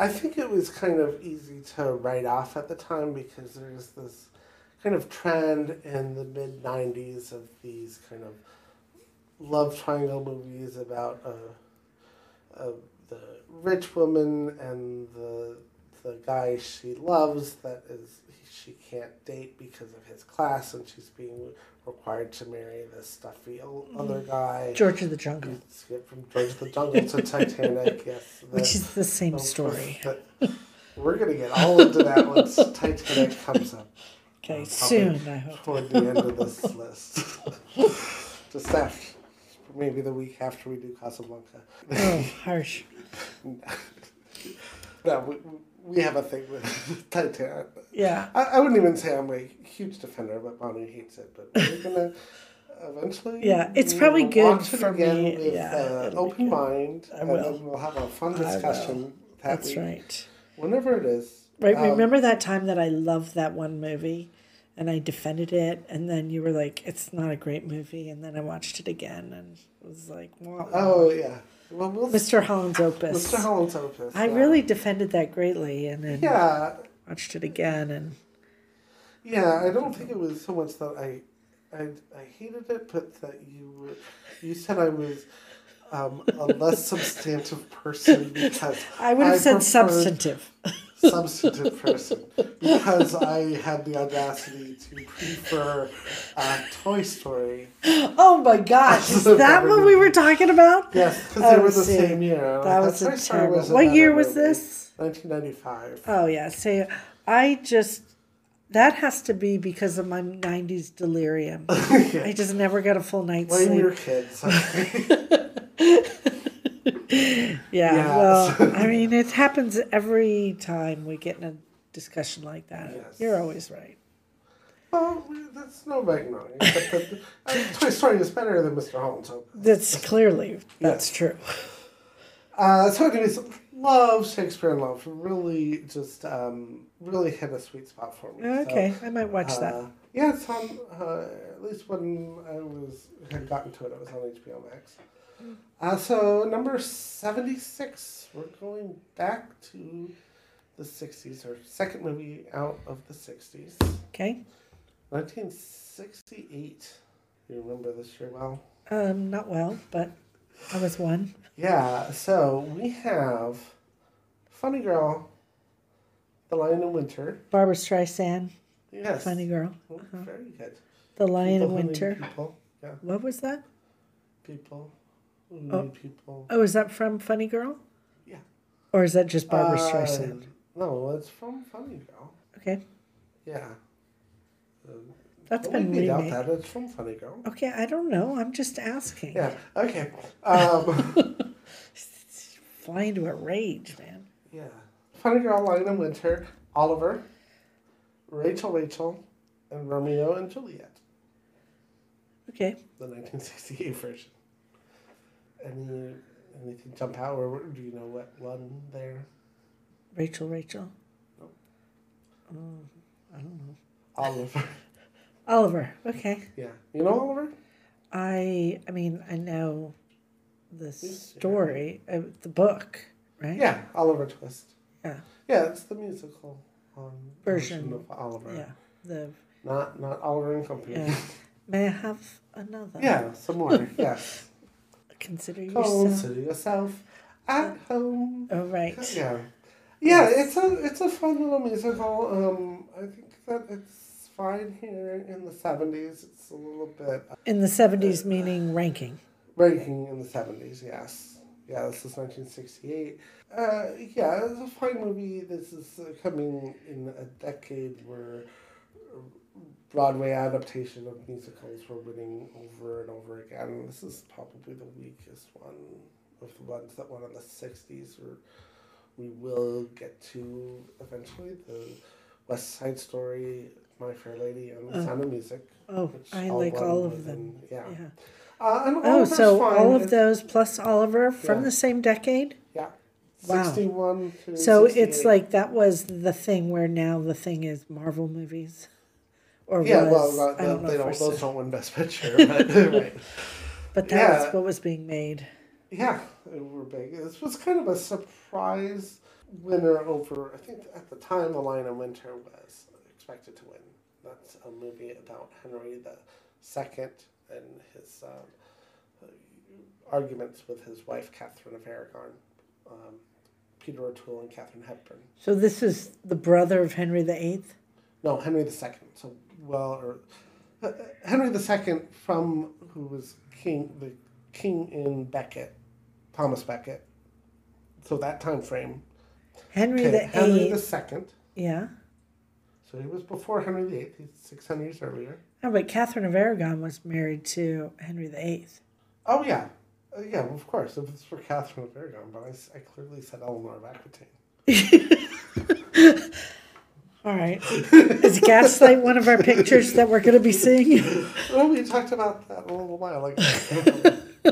S2: I think it was kind of easy to write off at the time because there's this kind of trend in the mid '90s of these kind of love triangle movies about uh, uh, the rich woman and the the guy she loves that is she can't date because of his class and she's being required to marry this stuffy o- other guy.
S3: Mm-hmm. George of the Jungle,
S2: You skip from George of the Jungle to Titanic, yes.
S3: which
S2: the-
S3: is the same story.
S2: We're gonna get all into that once Titanic comes up probably
S3: Okay, soon I hope.
S2: toward the end of this list. Just after, maybe the week after we do Casablanca.
S3: Oh, harsh.
S2: No, we, we have a thing with Titanic.
S3: Yeah.
S2: I, I wouldn't even say I'm a huge defender, but Bonnie hates it. But we're gonna eventually.
S3: Yeah, it's probably
S2: watch
S3: good
S2: it
S3: for
S2: again
S3: me.
S2: With,
S3: Yeah,
S2: uh,
S3: it'll be
S2: open
S3: good.
S2: mind,
S3: I
S2: and
S3: will.
S2: then we'll have a fun
S3: will.
S2: discussion. that
S3: That's
S2: week,
S3: right.
S2: Whenever it is.
S3: Right.
S2: Um,
S3: Remember that time that I loved that one movie and I defended it and then you were like, It's not a great movie and then I watched it again and it was like, Wow
S2: Oh yeah. Well, we'll
S3: Mr. Holland's Opus.
S2: Mr. Holland's Opus.
S3: I
S2: yeah.
S3: really defended that greatly and then
S2: uh, Yeah,
S3: watched it again and
S2: yeah. I don't think it was so much that I, I, I hated it, but that you were, you said I was. Um, a less substantive person because
S3: I would have said
S2: preferred-
S3: substantive.
S2: substantive person because I had the audacity to prefer uh, Toy Story.
S3: Oh my gosh, is that what we were talking about?
S2: Yes, because they
S3: Oh,
S2: were the
S3: see.
S2: same year.
S3: That
S2: I
S3: was
S2: thought
S3: a
S2: Toy Story
S3: terrible.
S2: was a
S3: What
S2: better
S3: year was
S2: movie.
S3: this?
S2: 1995.
S3: Oh yeah, so I just that has to be because of my '90s delirium. Oh, I just never got a full night's
S2: Blame
S3: sleep.
S2: your kids.
S3: Yeah,
S2: Yeah, so-
S3: well, I mean, it happens every time we get in a discussion like that.
S2: Yes.
S3: You're always right.
S2: well, that's no right knowing. But the, uh, Toy Story is better than Mr. Holland's Hope.
S3: That's clearly that's true.
S2: Uh, so anyways, love Shakespeare and love really just um, really hit a sweet spot for me. So,
S3: Okay, I might watch
S2: Uh,
S3: that.
S2: Yeah, it's on. Uh, at least when I was had gotten to it, it was on HBO Max.
S3: Hmm.
S2: Uh, so number seventy six. We're going back to the sixties. Our second movie out of the sixties,
S3: Okay.
S2: nineteen sixty eight. You remember this year well.
S3: Um, not well, but I was one.
S2: Yeah. So we have Funny Girl, The Lion in Winter.
S3: Barbara Streisand,
S2: Yes.
S3: funny girl.
S2: Oh, Very good.
S3: The Lion in
S2: People who need
S3: Winter.
S2: People. Yeah.
S3: What was that?
S2: People. who
S3: Oh.
S2: need People.
S3: Oh, is that from Funny Girl?
S2: Yeah.
S3: Or is that just Barbara
S2: Uh,
S3: Streisand?
S2: No, it's from Funny Girl.
S3: Okay.
S2: Yeah. Um,
S3: That's
S2: don't
S3: been
S2: leave me out
S3: remade.
S2: that. It's from Funny Girl.
S3: Okay, I don't know. I'm just asking.
S2: Yeah. Okay. Um,
S3: Flying to a rage, man.
S2: yeah. Funny Girl, Lion in Winter, Oliver, Rachel, Rachel, and Romeo and Juliet.
S3: Okay.
S2: The 1968 version. Any anything jump out or do you know what one there?
S3: Rachel, Rachel.
S2: Nope.
S3: Oh, I don't know.
S2: Oliver.
S3: Oliver. Okay.
S2: yeah. You know Oliver?
S3: I I mean, I know the
S2: yeah.
S3: story, uh, the book, right?
S2: Yeah, Oliver Twist.
S3: Yeah.
S2: Yeah, it's the musical um,
S3: Version.
S2: of Oliver.
S3: Yeah. The
S2: Not not Oliver and Company.
S3: yeah. May I have another?
S2: Yeah, some more. Yeah.
S3: Consider yourself.
S2: Consider yourself at home.
S3: Oh, right.
S2: Yeah. Yeah, it's a it's a fun little musical. Um, I think that it's fine here in the seventies. It's a little bit
S3: In the 70s, meaning ranking.
S2: ranking in the seventies. Yes, yeah, this is nineteen sixty eight. Uh, yeah, it's a fine movie. This is uh, coming in a decade where Broadway adaptation of musicals were winning over and over again. This is probably the weakest one of the ones that won in the sixties. Or we will get to eventually the West Side Story, My Fair Lady, and
S3: Uh,
S2: Sound of Music.
S3: Oh,
S2: which
S3: I like
S2: won
S3: all of
S2: within-
S3: them.
S2: Yeah.
S3: Yeah.
S2: Uh, and
S3: Oh,
S2: Oliver's
S3: so
S2: fine.
S3: all of
S2: It's
S3: those plus Oliver from
S2: Yeah.
S3: the same decade? wow.
S2: 61 to
S3: So it's
S2: 68.
S3: like that was the thing where now the thing is Marvel movies. Or
S2: yeah,
S3: was,
S2: well,
S3: I
S2: that,
S3: don't
S2: they
S3: know.
S2: don't,
S3: for
S2: those
S3: sure.
S2: don't win Best Picture, but right.
S3: But that
S2: yeah.
S3: was what was being made.
S2: yeah, they we're big. This was kind of a surprise winner over. I think at the time, The Lion in Winter was expected to win. That's a movie about Henry the Second and his um, arguments with his wife Catherine of Aragon, um, Peter O'Toole and Catherine Hepburn.
S3: So this is the brother of Henry VIII.
S2: No, Henry the Second. So well, or uh, Henry the Second from who was king, the king in Becket, Thomas Becket. So that time frame.
S3: Henry
S2: Okay,
S3: the
S2: Henry
S3: Eighth.
S2: the Second.
S3: yeah.
S2: So he was before Henry the Eighth. He's six hundred years earlier.
S3: Oh, but Catherine of Aragon was married to Henry VIII.
S2: Oh yeah, uh, yeah. Of course, if it's for Catherine of Aragon, but I s- I, clearly said Eleanor of Aquitaine.
S3: All right. Is Gaslight one of our pictures that we're going to be seeing?
S2: Well, we talked about that a little while ago.
S3: I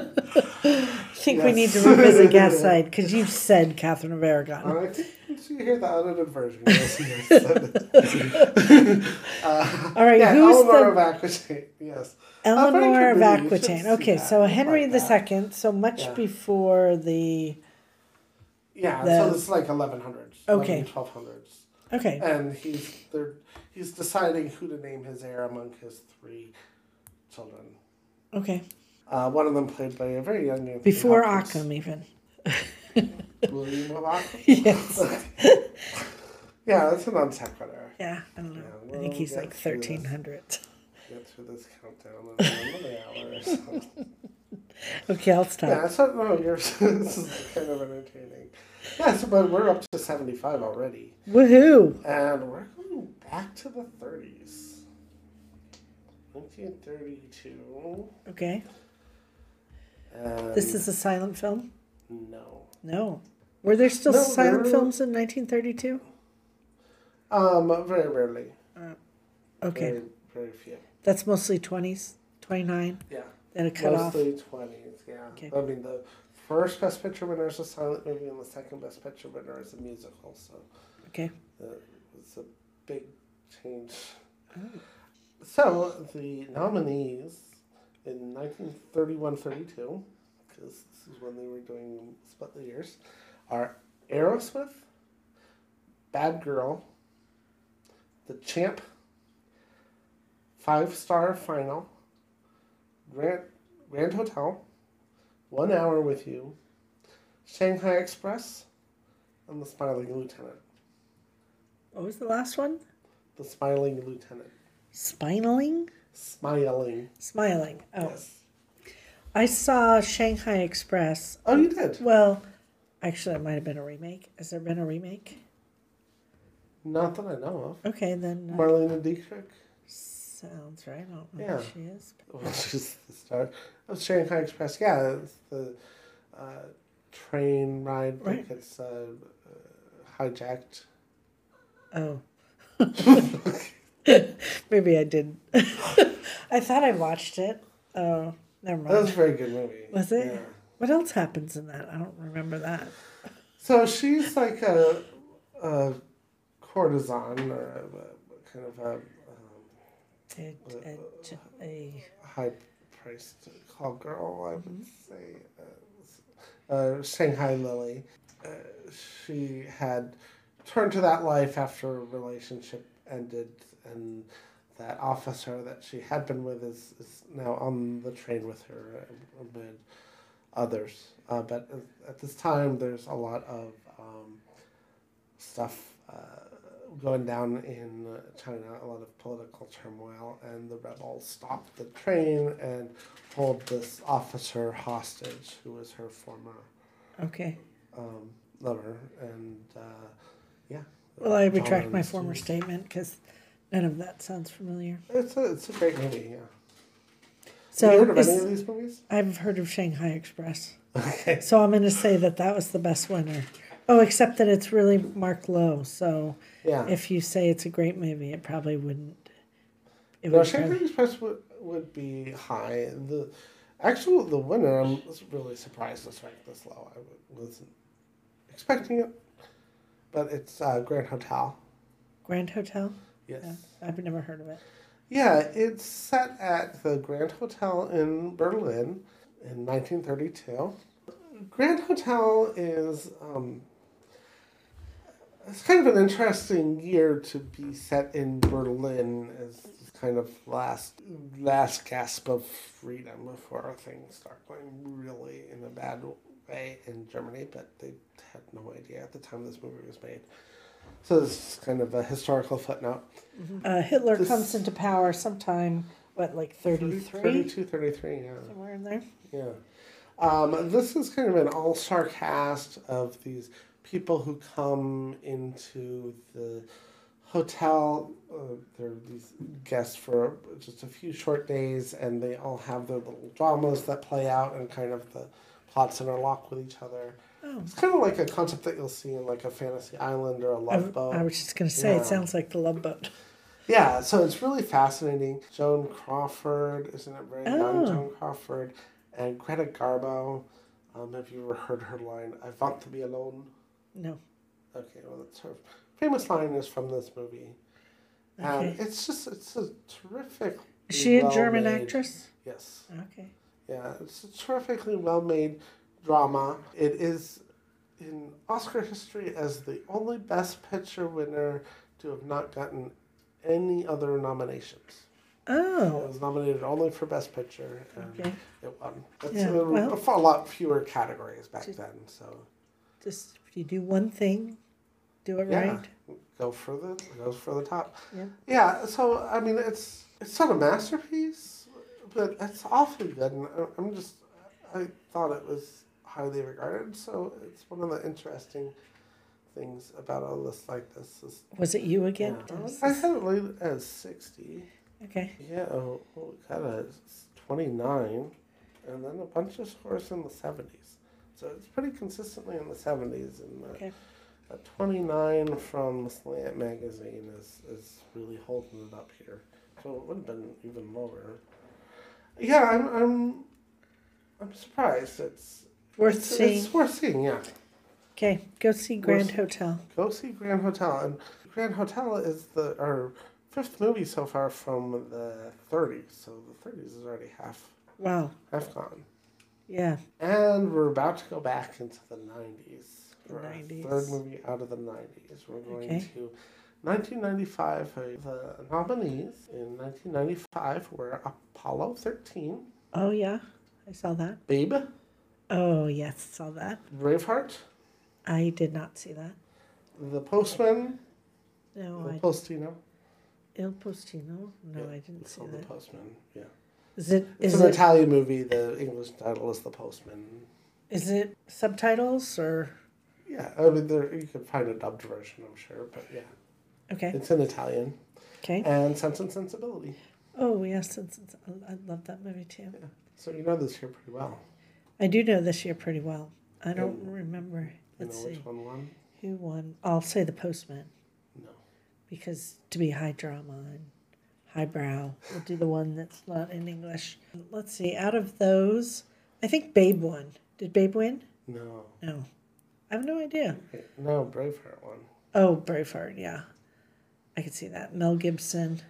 S3: think we need
S2: Yes.
S3: to revisit Gaslight because you said Catherine of Aragon.
S2: I think once you hear the edited version. you'll see uh,
S3: All right,
S2: yeah,
S3: who's
S2: Eleanor
S3: the-
S2: of Aquitaine. Yes.
S3: Eleanor of
S2: I've already committed, you
S3: Aquitaine.
S2: should see
S3: Okay,
S2: that.
S3: so
S2: I
S3: Henry
S2: like
S3: the
S2: that.
S3: Second, so much
S2: Yeah.
S3: before the.
S2: Yeah,
S3: The-
S2: so this is like 1100s.
S3: Okay.
S2: 1200s.
S3: Okay,
S2: And he's they're, he's deciding who to name his heir among his three children.
S3: okay.
S2: Uh, one of them played by a very young Anthony
S3: Before
S2: Hopkins,
S3: Occam, even.
S2: William of Ockham.
S3: Yes.
S2: yeah, that's a non sequitur.
S3: Yeah, I don't know.
S2: Yeah,
S3: I think
S2: well,
S3: he's like
S2: that's true.
S3: 1300.
S2: Get through this countdown in another hour or something.
S3: Okay, I'll stop.
S2: Yeah, so no, you're, this is kind of entertaining. Yeah, so, but we're up to 75 already.
S3: Woohoo!
S2: And we're going back to the 30s. 1932.
S3: Okay.
S2: And
S3: This is a silent film?
S2: No.
S3: No. Were there still
S2: No,
S3: silent
S2: there-
S3: films in 1932?
S2: Um, very rarely.
S3: Okay.
S2: Very, very few.
S3: That's mostly 20s, 29
S2: Yeah.
S3: that it cut off.
S2: Mostly 20s, yeah.
S3: Okay.
S2: I mean, the first Best Picture winner is a silent movie, and the second Best Picture winner is a musical, so.
S3: Okay.
S2: It's a big change.
S3: Oh.
S2: So the nominees in 1931-32 because this is when they were doing split the years, are Aerosmith, Bad Girl, The Champ, Five Star Final, Grand Grand Hotel, One Hour with You, Shanghai Express, and The Smiling Lieutenant.
S3: What was the last one?
S2: The Smiling Lieutenant.
S3: Spinaling?
S2: Smiling.
S3: Smiling. Oh.
S2: Yes.
S3: I saw Shanghai Express.
S2: Oh, you did.
S3: Well, actually, it might have been a remake. Has there been a remake?
S2: Not that I know
S3: Okay, then.
S2: of.
S3: uh,
S2: Marlena Dietrich.
S3: sounds right. I don't know
S2: Yeah.
S3: who she is. but-
S2: Well, she's the star of Shanghai Express. Yeah, it's the uh, train ride that
S3: Right.
S2: gets uh, uh, hijacked.
S3: Oh. Maybe I did. I thought I watched it. Oh, never
S2: That was a
S3: mind.
S2: very good movie.
S3: Was it?
S2: Yeah.
S3: What else happens in that? I don't remember that.
S2: So she's like a, a courtesan or a, a kind of a um,
S3: Did a, j- a-
S2: high priced call girl, I would say. Uh, uh, Shanghai Lily. Uh, she had turned to that life after a relationship ended, and that officer that she had been with is, is now on the train with her amid others. Uh, but at this time, there's a lot of um, stuff. Uh, going down in uh, China, a lot of political turmoil, and the rebels stop the train and hold this officer hostage, who was her former
S3: okay.
S2: um, lover. And uh, yeah.
S3: Well, I
S2: drama
S3: retract my former
S2: ensues.
S3: statement because none of that sounds familiar.
S2: It's a it's a great movie. Yeah. So you
S3: So
S2: heard of eh?
S3: is-
S2: any of these movies?
S3: I've heard of Shanghai Express.
S2: Okay.
S3: So I'm going to say that that was the best winner. Oh, except that it's really Mark Lowe. So
S2: Yeah.
S3: if you say it's a great movie, it probably wouldn't. It
S2: No,
S3: would
S2: Shanghai
S3: probably-
S2: Express would, would be high. The actual the winner, I'm really surprised it's ranked this low. I wa- wasn't expecting it, but it's uh, Grand Hotel.
S3: Grand Hotel.
S2: Yes.
S3: Yeah, I've never heard of it.
S2: Yeah, it's set at the Grand Hotel in Berlin in 1932. Grand Hotel is um, it's kind of an interesting year to be set in Berlin as kind of last last gasp of freedom before things start going really in a bad way in Germany, but they had no idea at the time this movie was made. So this is kind of a historical footnote.
S3: Uh, Hitler
S2: This-
S3: comes into power sometime, what, like 33?
S2: 32, 33, yeah.
S3: Somewhere in there.
S2: Yeah. Um, this is kind of an all star cast of these people who come into the hotel. Uh, they're these guests for just a few short days, and they all have their little dramas that play out and kind of the plots interlock with each other.
S3: Oh.
S2: It's kind of like a concept that you'll see in like a fantasy island or a
S3: I,
S2: love boat.
S3: I was just going to say,
S2: Yeah.
S3: it sounds like the love boat.
S2: Yeah, so it's really fascinating. Joan Crawford, isn't it very young
S3: Oh.
S2: Joan Crawford? And Greta Garbo. Um, have you ever heard her line, I want to be alone?
S3: No.
S2: Okay, well, that's her famous line is from this movie. And
S3: Okay.
S2: it's just, it's a terrific.
S3: Is she a German actress?
S2: Yes.
S3: Okay.
S2: Yeah, it's a terrifically well made drama. It is in Oscar history as the only Best Picture winner to have not gotten any other nominations. It
S3: Oh.
S2: was nominated only for Best Picture, and
S3: Okay.
S2: it won. That's
S3: Yeah,
S2: there were
S3: well-
S2: a far lot fewer categories back
S3: Just-
S2: then, so
S3: Just if you do one thing, do it
S2: Yeah.
S3: right.
S2: go for the goes for the top.
S3: Yeah.
S2: Yeah. So I mean, it's it's not a masterpiece, but it's awfully good, and I- I'm just I thought it was highly regarded. So it's one of the interesting things about a list like this. Is,
S3: Was it you again?
S2: yeah.
S3: Dennis?
S2: I had it rated as sixty.
S3: Okay.
S2: Yeah, oh, oh, got a s- 29, and then a bunch of scores in the 70s. So it's pretty consistently in the 70s. And uh,
S3: Okay.
S2: a 29 from Slant Magazine is, is really holding it up here. So it would have been even lower. Yeah, I'm I'm, I'm surprised. It's
S3: Worth
S2: it's,
S3: seeing.
S2: It's worth seeing. Yeah,
S3: Okay. Go see Grand Hotel.
S2: go see Grand Hotel, and Grand Hotel is the our fifth movie so far from the 30s. So the 30s is already half
S3: Wow.
S2: half gone.
S3: Yeah.
S2: And we're about to go back into the 90s. For our
S3: 90s.
S2: Third movie out of the 90s. We're going
S3: Okay.
S2: to 1995. uh, The nominees in 1995 were Apollo 13,
S3: Oh yeah. I saw that.
S2: Babe,
S3: Oh yes, saw that.
S2: Braveheart,
S3: I did not see that.
S2: The Postman,
S3: No,
S2: The
S3: Oh, I
S2: Postino.
S3: Il Postino. No,
S2: Yeah,
S3: I didn't
S2: it's
S3: see
S2: called The
S3: that.
S2: Postman, yeah.
S3: Is it
S2: It's
S3: is
S2: an
S3: it
S2: Italian movie. The English title is The Postman.
S3: is it subtitles or
S2: Yeah, I mean, there, you could find a dubbed version, I'm sure, but yeah.
S3: okay?
S2: It's in Italian.
S3: Okay.
S2: And Sense and Sensibility.
S3: Oh yes, it's, it's, I I love that movie too.
S2: So you know this here pretty well.
S3: I do know this year pretty well. I don't remember.
S2: Oh. You
S3: Let's
S2: know
S3: see
S2: which one won?
S3: who won. I'll say the Postman
S2: No.
S3: because to be high drama and highbrow, we'll do the one that's not in English. Let's see. Out of those, I think Babe won. Did Babe win?
S2: No.
S3: No, I have no idea.
S2: No, Braveheart won.
S3: Oh, Braveheart. Yeah, I could see that. Mel Gibson.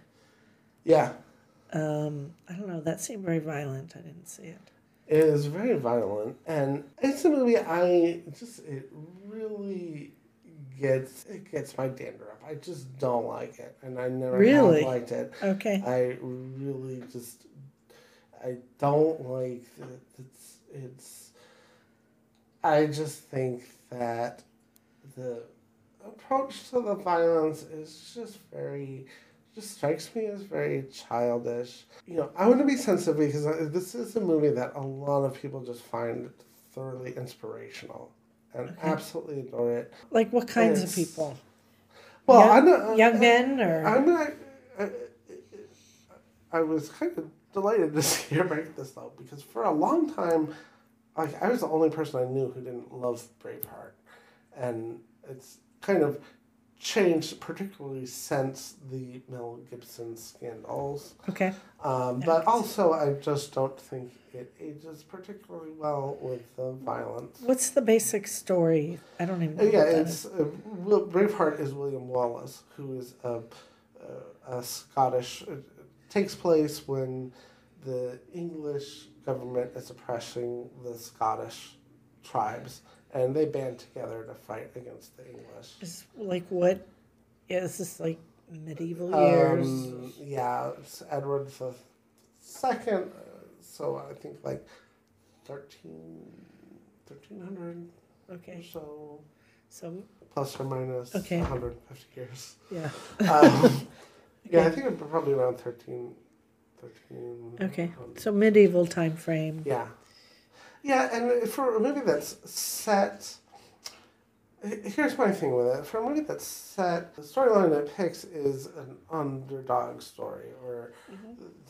S2: Yeah.
S3: Um, I don't know. That seemed very violent. I didn't see it.
S2: It is very violent and it's a movie I just it really gets it gets my dander up. I just don't like it. And I never
S3: Really?
S2: have liked it.
S3: Okay.
S2: I really just I don't like that it's it's I just think that the approach to the violence is just very just strikes me as very childish. You know, I want to be sensitive because I- this is a movie that a lot of people just find thoroughly inspirational and absolutely adore it.
S3: Like what kinds of
S2: Yes.
S3: people?
S2: Well,
S3: young,
S2: I know
S3: young
S2: um, I-
S3: men or
S2: I'm not. I, I was kind of delighted to see her make this though, because for a long time, like I was the only person I knew who didn't love Braveheart, and it's kind of changed, particularly since the Mel Gibson scandals.
S3: okay.
S2: Um, but also, I just don't think it ages particularly well with the violence.
S3: What's the basic story? I don't even know.
S2: Yeah,
S3: what that
S2: it's uh, Will, Braveheart is William Wallace, who is a, uh, a, a Scottish. It takes place when the English government is oppressing the Scottish tribes, and they band together to fight against the English.
S3: is. It's like what? Yeah, this is like medieval years.
S2: Um, yeah, it's Edward the Second. uh, So I think like 13, 1300 or
S3: Okay,
S2: so,
S3: so
S2: plus or minus
S3: Okay.
S2: 150 years.
S3: yeah,
S2: um, yeah, I think I'm probably around 13. 13
S3: okay,
S2: um,
S3: so medieval time frame.
S2: yeah. Yeah, and for a movie that's set. he- Here's my thing with it. For a movie that's set, the storyline it picks is an underdog story, or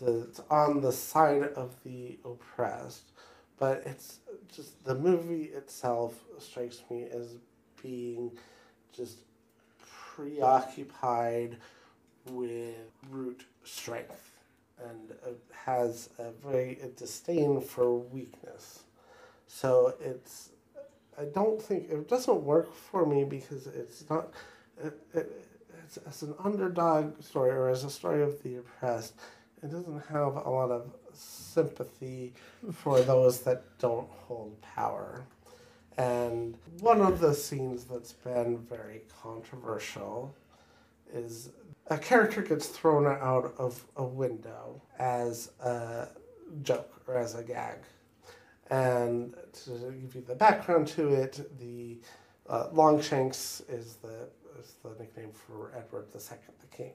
S2: the, it's on the side of the oppressed. But it's just the movie itself strikes me as being just preoccupied with brute strength and uh, has a very a disdain for weakness. So it's, I don't think it doesn't work for me because it's not, it, it, it's as an underdog story or as a story of the oppressed. It doesn't have a lot of sympathy for those that don't hold power. And one of the scenes that's been very controversial is a character gets thrown out of a window as a joke or as a gag. And to give you the background to it, the uh, Longshanks is the, is the nickname for Edward II, the king.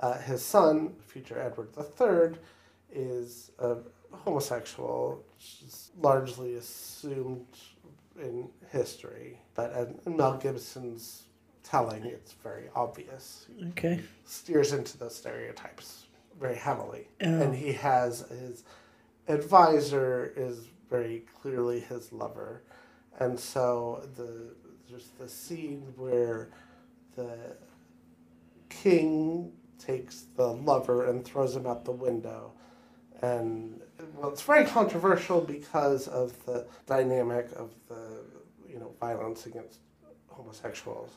S2: Uh, his son, future Edward III, is a homosexual, which is largely assumed in history. But in- in Mel Gibson's telling, it's very obvious
S3: Okay,
S2: steers into those stereotypes very heavily.
S3: Yeah.
S2: And he has his advisor is very clearly his lover. And so the there's the scene where the king takes the lover and throws him out the window. And well, it's very controversial because of the dynamic of the you know violence against homosexuals,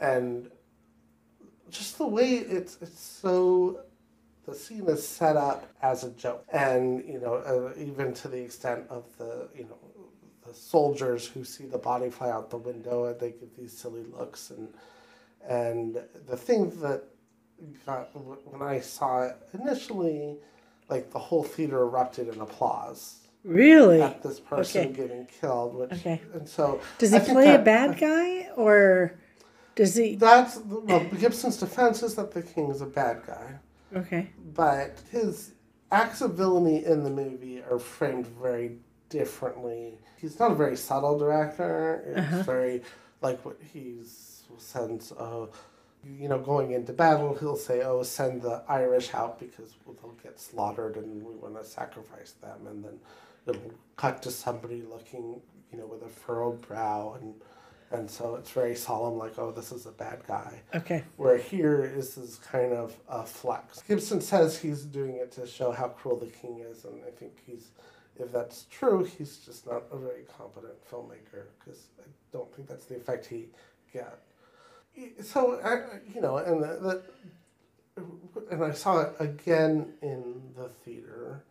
S2: and just the way it's it's so the scene is set up as a joke, and you know, uh, even to the extent of the you know the soldiers who see the body fly out the window and they give these silly looks and and the thing that got when I saw it initially, like the whole theater erupted in applause
S3: Really?
S2: at this person
S3: Okay.
S2: getting killed. Which
S3: Okay.
S2: and so
S3: Does he
S2: I think
S3: play a
S2: that- uh,
S3: bad guy or does he?
S2: That's well, Gibson's defense is that the king is a bad guy,
S3: Okay.
S2: but his acts of villainy in the movie are framed very differently. He's not a very subtle director. It's very like what he sends. Uh, you know, going into battle, he'll say, "Oh, send the Irish out because they'll get slaughtered, and we want to sacrifice them." And then it'll cut to somebody looking, you know, with a furrowed brow, and and so it's very solemn, like, "Oh, this is a bad guy."
S3: Okay.
S2: where here is this kind of uh, flex. Gibson says he's doing it to show how cruel the king is, and I think he's, if that's true, he's just not a very competent filmmaker because I don't think that's the effect he got. So I, you know, and the, the, and I saw it again in the theater,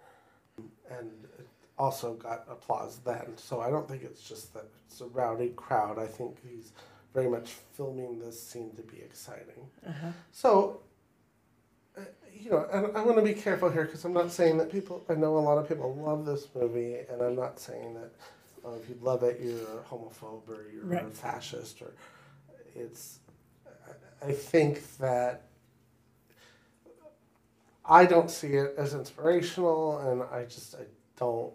S2: and it also got applause then. So I don't think it's just that it's a rowdy crowd. I think he's very much filming this scene to be exciting.
S3: Uh-huh.
S2: So, uh, you know, and I want to be careful here because I'm not saying that people, I know a lot of people love this movie, and I'm not saying that uh, if you love it, you're a homophobe or you're a
S3: Right.
S2: fascist or it's, I- I think that I don't see it as inspirational, and I just, I don't,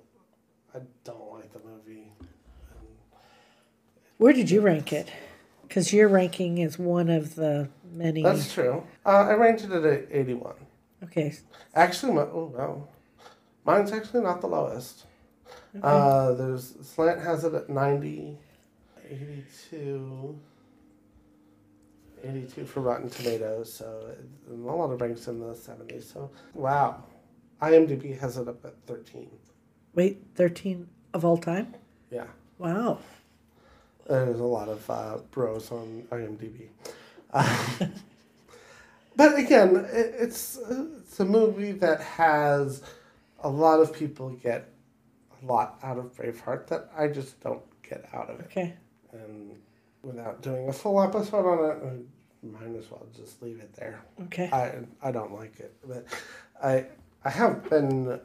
S2: I don't like the movie.
S3: Where did you rank it? Because your ranking is one of the many.
S2: That's true. Uh, I ranked it at 81.
S3: Okay.
S2: Actually, my, oh wow, mine's actually not the lowest. Uh, there's Slant has it at 90, 82, 82 for Rotten Tomatoes, so it- and a lot of ranks in the 70s. So wow, IMDb has it up at 13.
S3: Wait, 13 of all time?
S2: Yeah,
S3: Wow.
S2: there's a lot of uh, bros on IMDb. Uh, but again, i- it's it's a movie that has a lot of people get a lot out of Braveheart that I just don't get out of it.
S3: Okay.
S2: And without doing a full episode on it, I might as well just leave it there.
S3: Okay.
S2: I I don't like it, but I I have been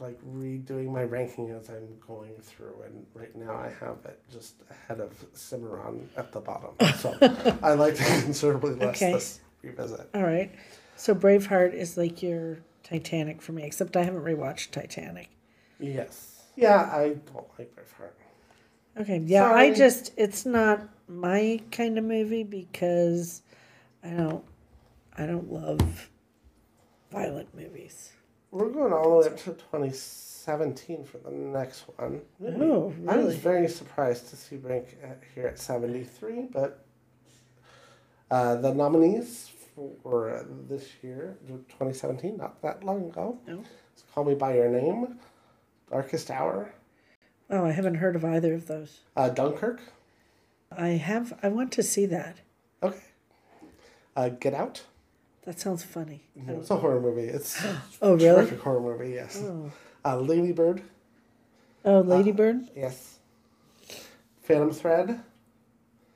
S2: like redoing my ranking as I'm going through, and right now I have it just ahead of Cimarron at the bottom. So I like to considerably less
S3: Okay.
S2: this revisit.
S3: All right. So Braveheart is like your Titanic for me, except I haven't rewatched Titanic.
S2: Yes. Yeah, I don't like Braveheart.
S3: Okay. Yeah, I
S2: Sorry.
S3: just it's not my kind of movie because I don't I don't love violent movies.
S2: We're going all the way up to 2017 for the next one.
S3: Oh,
S2: I was
S3: really?
S2: very surprised to see Brink at, here at 73, but uh, the nominees for this year, 2017, not that long ago,
S3: No.
S2: is Call Me By Your Name, Darkest Hour,
S3: Oh, I haven't heard of either of those.
S2: uh, Dunkirk,
S3: I have I want to see that.
S2: okay, uh, Get Out.
S3: That sounds funny.
S2: It's a horror movie. It's a
S3: Oh, really?
S2: terrific horror movie, yes.
S3: Oh,
S2: Uh, Lady Bird,
S3: oh Ladybird?
S2: yes. Phantom Thread,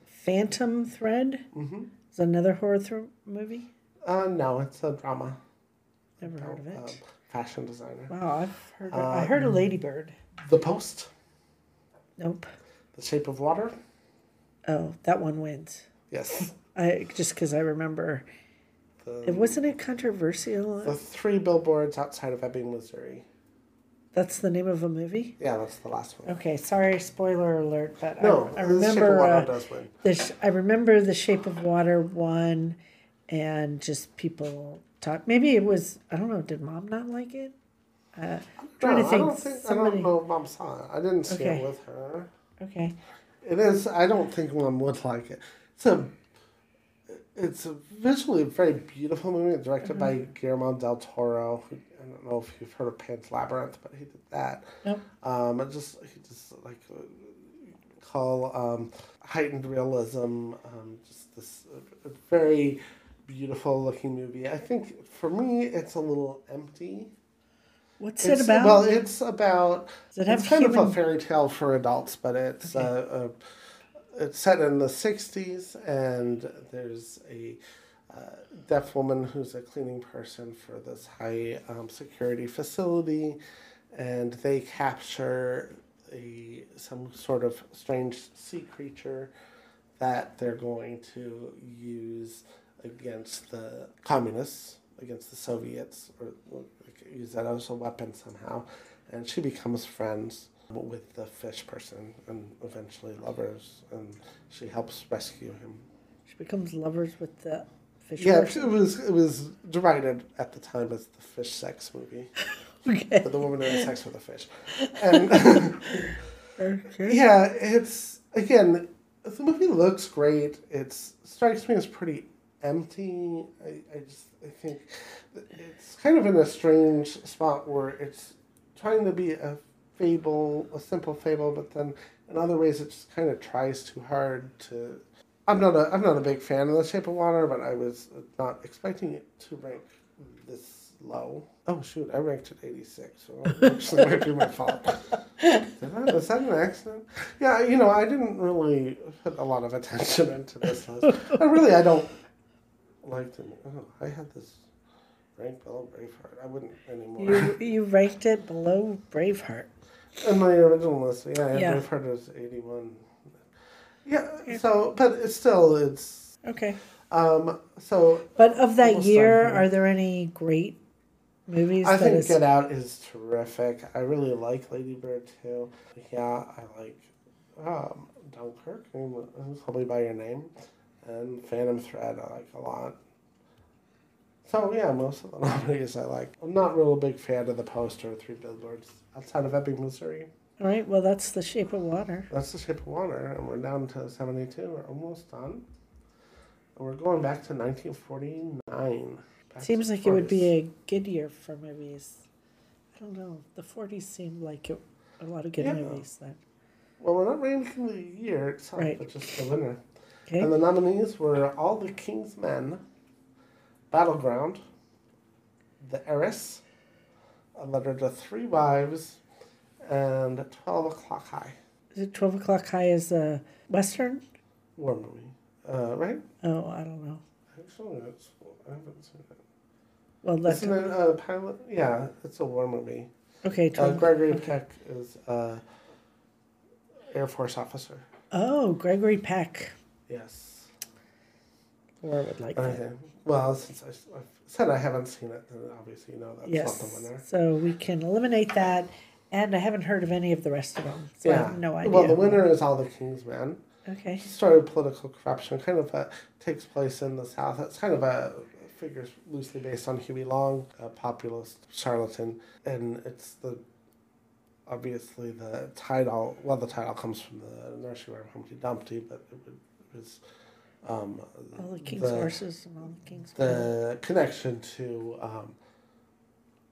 S3: Phantom Thread
S2: mhm.
S3: is another horror thr movie.
S2: uh, no, it's a drama.
S3: Never heard of
S2: Um,
S3: it.
S2: fashion designer.
S3: Wow, I've heard. Of, I heard of Ladybird.
S2: The Post,
S3: Um, Nope.
S2: The Shape of Water,
S3: Oh, that one wins.
S2: Yes.
S3: I just because I remember it
S2: The,
S3: wasn't it controversial.
S2: the three billboards outside of Ebbing, Missouri.
S3: That's the name of a movie.
S2: Yeah, that's the last one.
S3: Okay, sorry, spoiler alert. But
S2: No,
S3: I,
S2: The Shape
S3: I
S2: of
S3: remember
S2: Water
S3: uh,
S2: does win.
S3: this. I remember the Shape of Water one, and just people talk. Maybe it was. I don't know. Did mom not like it? Uh, trying
S2: no,
S3: to think.
S2: I don't think I
S3: somebody-
S2: don't know if mom saw it. I didn't see
S3: Okay.
S2: it with her.
S3: Okay.
S2: It is. I don't think mom would like it. It's a. It's a visually very beautiful movie directed by
S3: Mm-hmm.
S2: Guillermo del Toro. who- I don't know if you've heard of Pan's Labyrinth, but he did that.
S3: Nope.
S2: Um, it just he just like uh, call um, heightened realism, um, just this uh, very beautiful looking movie. I think for me, it's a little empty.
S3: What's it
S2: It's-
S3: about?
S2: Well, it's about.
S3: Does it have
S2: it's kind of a
S3: human-
S2: fairy tale for adults, but it's uh, uh, it's set in the '60s, and there's a uh, deaf woman who's a cleaning person for this high um, security facility, and they capture a some sort of strange sea creature that they're going to use against the communists, against the Soviets, or like, use that as a weapon somehow. And she becomes friends with the fish person and eventually lovers, and she helps rescue him.
S3: she becomes lovers with the fish.
S2: Yeah,
S3: person.
S2: it was it was derided at the time as the fish sex movie,
S3: Okay.
S2: but the woman has sex with a fish, and.
S3: Okay.
S2: Yeah, it's again, the movie looks great. It strikes me as pretty empty. I, I just I think that it's kind of in a strange spot where it's trying to be a fable, a simple fable, but then in other ways it just kind of tries too hard to. I'm not a I'm not a big fan of The Shape of Water, but I was not expecting it to rank this low. Oh shoot, I ranked it 86, so it actually might be my fault. Did I? Was that an accident? Yeah, you know, I didn't really put a lot of attention into this list. I really, I don't like them. Oh, I had this rank below Braveheart. I wouldn't anymore.
S3: You you ranked it below Braveheart.
S2: In my original list, yeah, I had
S3: Yeah.
S2: Braveheart as eighty-one. Yeah. So, but it's still it's
S3: Okay.
S2: um. So
S3: But of that
S2: Almost
S3: year,
S2: done here.
S3: are there any great movies
S2: I
S3: that
S2: think uh,
S3: is-
S2: Get Out is terrific. I really like Lady Bird too. Yeah, I like um, Dunkirk. and Call Me by Your Name, and Phantom Thread. I like a lot. So yeah, most of the nominees I like. I'm not real big fan of the poster Three Billboards outside of Ebbing, Missouri.
S3: All right. Well, that's The Shape of Water.
S2: That's the Shape of Water, and we're down to 72. We're almost done. And we're going back to 1949. Back to
S3: Seems like it
S2: 40s.
S3: would be a good year for movies. I don't know. The 40s seemed like it, a lot of good
S2: Yeah.
S3: movies then.
S2: Well, we're not ranking the year itself,
S3: Right.
S2: but just the winner.
S3: Okay.
S2: And the nominees were All the King's Men, Battleground, The Heiress, A Letter to Three Wives, and 12 O'Clock High.
S3: Is it 12 O'Clock High is a Western?
S2: War movie. Uh, right?
S3: Oh, I don't know.
S2: Actually, it's, I haven't seen it.
S3: Well, that's,
S2: Isn't it a pilot? Yeah, it's a war movie.
S3: okay.
S2: Uh,
S3: 12,
S2: Gregory
S3: okay.
S2: Peck is a Air Force officer.
S3: Oh, Gregory Peck.
S2: Yes.
S3: Laura would like that.
S2: Okay. Well, since I, I said I haven't seen it, then obviously you know that's not the
S3: Yes.
S2: winner.
S3: So we can eliminate that. And I haven't heard of any of the rest of them. So I have no idea.
S2: Well, the winner is All the King's Men.
S3: Okay.
S2: It's a story of political corruption, kind of a, takes place in the South. It's kind of a figures loosely based on Huey Long, a populist charlatan, and it's the obviously the title. Well, the title comes from the nursery rhyme Humpty Dumpty, but it would- it was um,
S3: All the king's
S2: the-
S3: horses and all the king's men.
S2: the connection to um,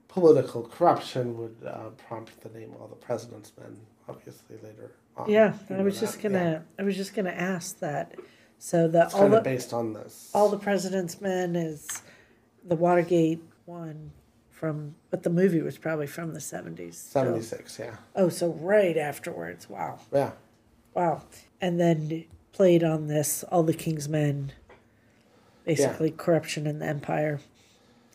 S2: political corruption would uh, prompt the name all the president's men obviously later on
S3: Yeah,
S2: You
S3: I
S2: know
S3: was
S2: that,
S3: just
S2: yeah.
S3: gonna. I was just gonna ask that. So the
S2: it's
S3: all
S2: kind
S3: the
S2: of based on this
S3: all the president's men is the Watergate one from, but the movie was probably from the seventies.
S2: 76 yeah
S3: Oh, so right afterwards. Wow,
S2: yeah
S3: wow. And then played on this all the king's men, basically corruption in the empire,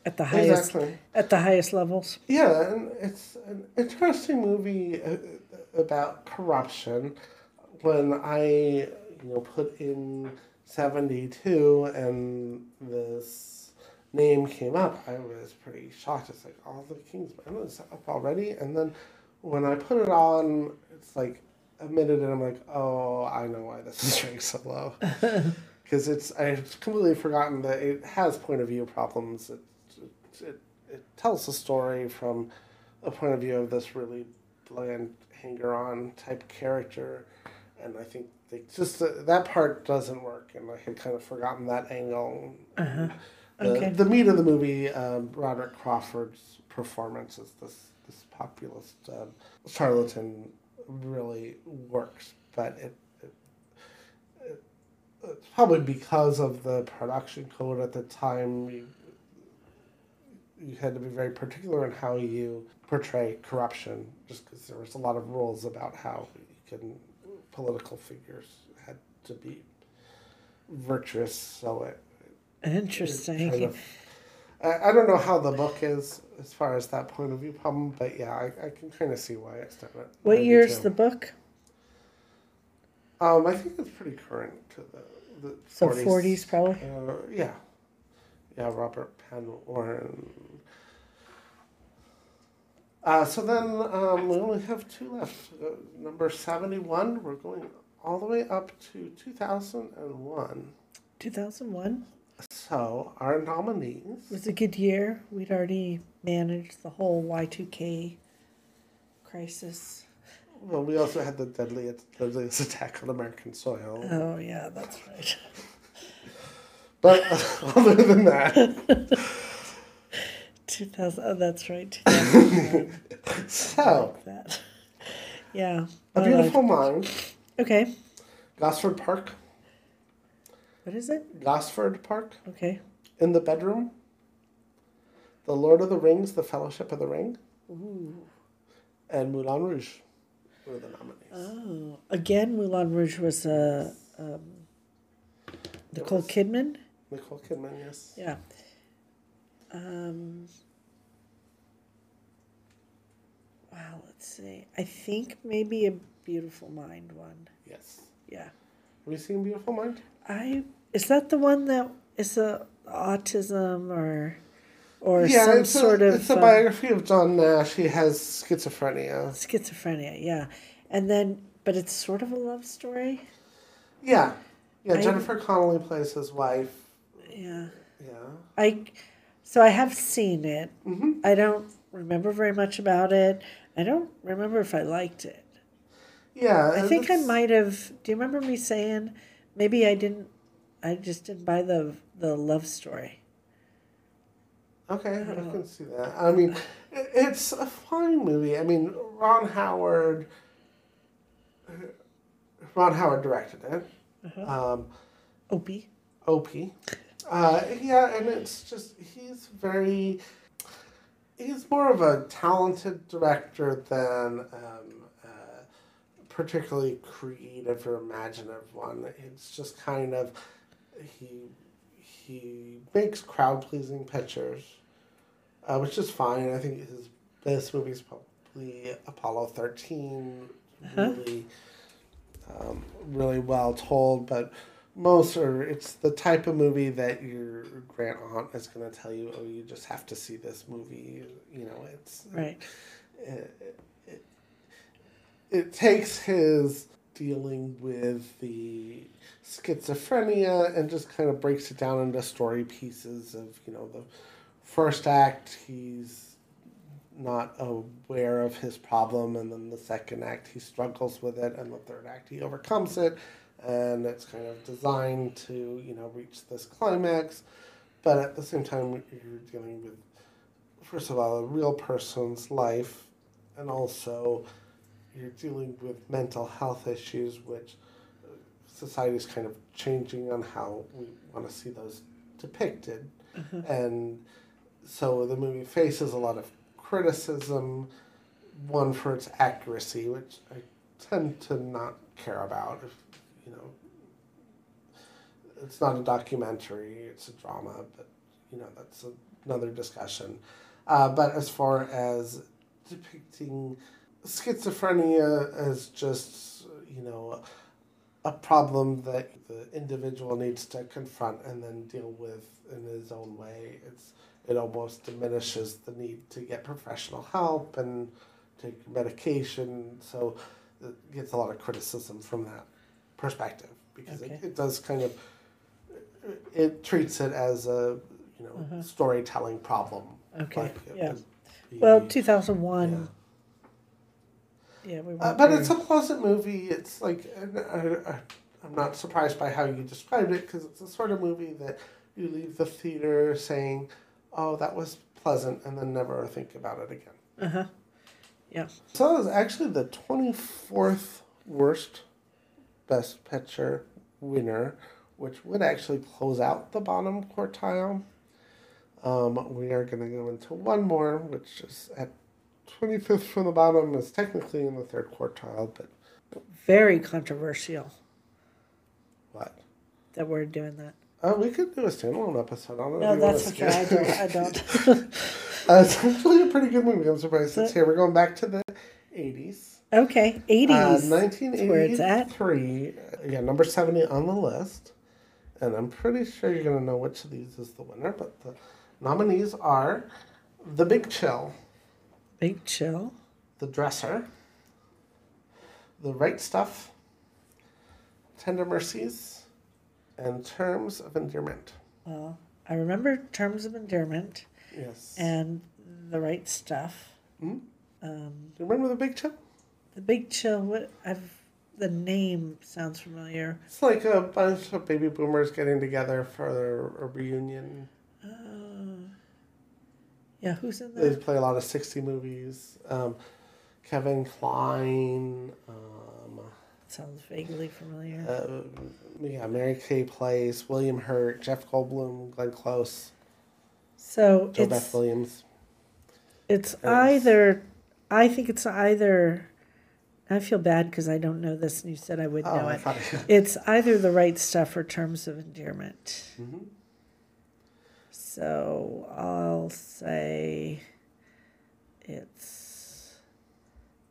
S3: at the highest
S2: exactly
S3: at the highest levels.
S2: yeah and it's an interesting movie uh, about corruption when i you know put in 72 and this name came up, I was pretty shocked. It's like all the King's Men is up already, and then when I put it on, it's like a minute, and I'm like, oh, I know why this is ranked so low, because it's I've completely forgotten that it has point of view problems. It it, it tells the story from a point of view of this really bland hanger-on type character, and I think. they Just uh, that part doesn't work, and I had kind of forgotten that angle
S3: Uh-huh.
S2: the,
S3: Okay.
S2: the meat of the movie, um, Robert Crawford's performance as this this populist um, charlatan really works, but it, it, probably because of the production code at the time. You, you had to be very particular in how you portray corruption, just because there was a lot of rules about how you can political figures had to be virtuous. So it
S3: Interesting.
S2: kind of. I, I don't know how the book is as far as that point of view problem, but yeah, I, I can kind of see why it's done it.
S3: what year's
S2: 92.
S3: the book?
S2: Um, I think it's pretty current to the, the
S3: So 40s probably.
S2: Uh, yeah. Yeah, Robert Penn Warren. Uh, so then um, we only have two left. Uh, number 71, we're going all the way up to 2001.
S3: 2001
S2: So our nominees.
S3: was a good year. We'd already managed the whole Y2K crisis.
S2: Well, we also had the deadliest, deadliest attack on American soil.
S3: Oh, yeah, that's right.
S2: But other than that,
S3: 2000. Oh, that's right. 2001.
S2: so
S3: like that. Yeah.
S2: A
S3: well,
S2: Beautiful Mind,
S3: Okay.
S2: Gosford Park,
S3: What is it?
S2: Gosford Park,
S3: Okay.
S2: In the Bedroom, The Lord of the Rings, The Fellowship of the Ring,
S3: Ooh.
S2: and Moulin Rouge were the nominees.
S3: Oh. Again, Moulin Rouge was a. Um, Nicole
S2: was-
S3: Kidman.
S2: Nicole Kidman, yes.
S3: Yeah. Um, wow, let's see. I think maybe a Beautiful Mind one.
S2: Yes.
S3: Yeah.
S2: Have you seen Beautiful Mind?
S3: I is that the one that is a autism or or
S2: yeah,
S3: some
S2: it's
S3: sort
S2: a,
S3: of
S2: it's a
S3: um,
S2: biography of John Nash. He has schizophrenia.
S3: schizophrenia, yeah. And then but it's sort of a love story.
S2: Yeah. Yeah,
S3: I-
S2: Jennifer Connelly plays his wife.
S3: Yeah.
S2: Yeah.
S3: I so I have seen it.
S2: hmm
S3: I don't remember very much about it. I don't remember if I liked it.
S2: Yeah.
S3: I
S2: and
S3: think I
S2: it's-
S3: might have. Do you remember me saying maybe I didn't? I just didn't buy the the love story.
S2: Okay, I,
S3: I don't-
S2: can see that. I mean, i- it's a fine movie. I mean, Ron Howard. uh, Ron Howard directed it.
S3: Uh-huh.
S2: Um,
S3: Opie.
S2: OP. Uh, yeah, and it's just, he's very, he's more of a talented director than um, uh, particularly creative or imaginative one. It's just kind of, he, he makes crowd pleasing pictures, uh, which is fine. I think his best movie is probably Apollo 13.
S3: Uh-huh.
S2: Really, um, really well told, but most are it's the type of movie that your grand aunt is going to tell you oh you just have to see this movie you know it's
S3: Right.
S2: it, it, it takes his dealing with the schizophrenia and just kind of breaks it down into story pieces of you know the first act he's not aware of his problem and then the second act he struggles with it and the third act he overcomes it and it's kind of designed to you know reach this climax but at the same time you're dealing with first of all, a real person's life, and also you're dealing with mental health issues, which uh, society's kind of changing on how we want to see those depicted.
S3: Uh-huh.
S2: And so the movie faces a lot of criticism, one for its accuracy, which I tend to not care about. If, you know, it's not a documentary; it's a drama, but you know that's another discussion. Uh, but as far as depicting schizophrenia as just you know a problem that the individual needs to confront and then deal with in his own way, it's it almost diminishes the need to get professional help and take medication. So it gets a lot of criticism from that perspective because it,
S3: Okay.
S2: it does kind of it treats it as a you know
S3: Uh-huh.
S2: storytelling problem.
S3: Okay,
S2: it
S3: yeah.
S2: would be-
S3: Well,
S2: yeah.
S3: 2001. Yeah, we were.
S2: Uh, but it's a pleasant movie. It's like and I, I, I'm not surprised by how you described it because it's the sort of movie that you leave the theater saying, "Oh, that was pleasant," and then never think about it again.
S3: Uh huh. Yeah.
S2: So that was actually the 24th worst Best Picture winner which would actually close out the bottom quartile. Um, we are going to go into one more, which is at 25th from the bottom, is technically in the third quartile, but
S3: Very controversial
S2: what?
S3: that we're doing that.
S2: Uh, we could do a standalone episode on it. if
S3: No,
S2: Oh, you wanna
S3: that's okay. I
S2: skip.
S3: don't. I don't.
S2: uh, it's actually a pretty good movie. I'm surprised it's here. We're going back to the 80s.
S3: okay,
S2: Uh,
S3: eighties. where it's at.
S2: 1983. Yeah, number 70 on the list. And I'm pretty sure you're going to know which of these is the winner, but the nominees are The Big Chill,
S3: Big chill.
S2: The Dresser, The Right Stuff, Tender Mercies, and Terms of Endearment.
S3: Well, I remember terms of endearment
S2: Yes.
S3: and the right stuff.
S2: Hmm?
S3: Um,
S2: Do you remember The Big Chill?
S3: the big chill. What I've the name sounds familiar.
S2: It's like a bunch of baby boomers getting together for a reunion.
S3: Uh, yeah, who's in
S2: They
S3: that?
S2: play a lot of 60 movies. Um, Kevin Klein, um,
S3: Sounds vaguely familiar.
S2: uh, yeah, Mary Kay plays, William Hurt, Jeff Goldblum, Glenn Close,
S3: So
S2: Joe Beth
S3: it's
S2: Williams.
S3: it's
S2: Yes.
S3: either. I think it's either. I feel bad because I don't know this, and you said I would
S2: Oh,
S3: know
S2: I
S3: it.
S2: thought
S3: It's either the right stuff or terms of endearment.
S2: Mhm.
S3: So I'll say it's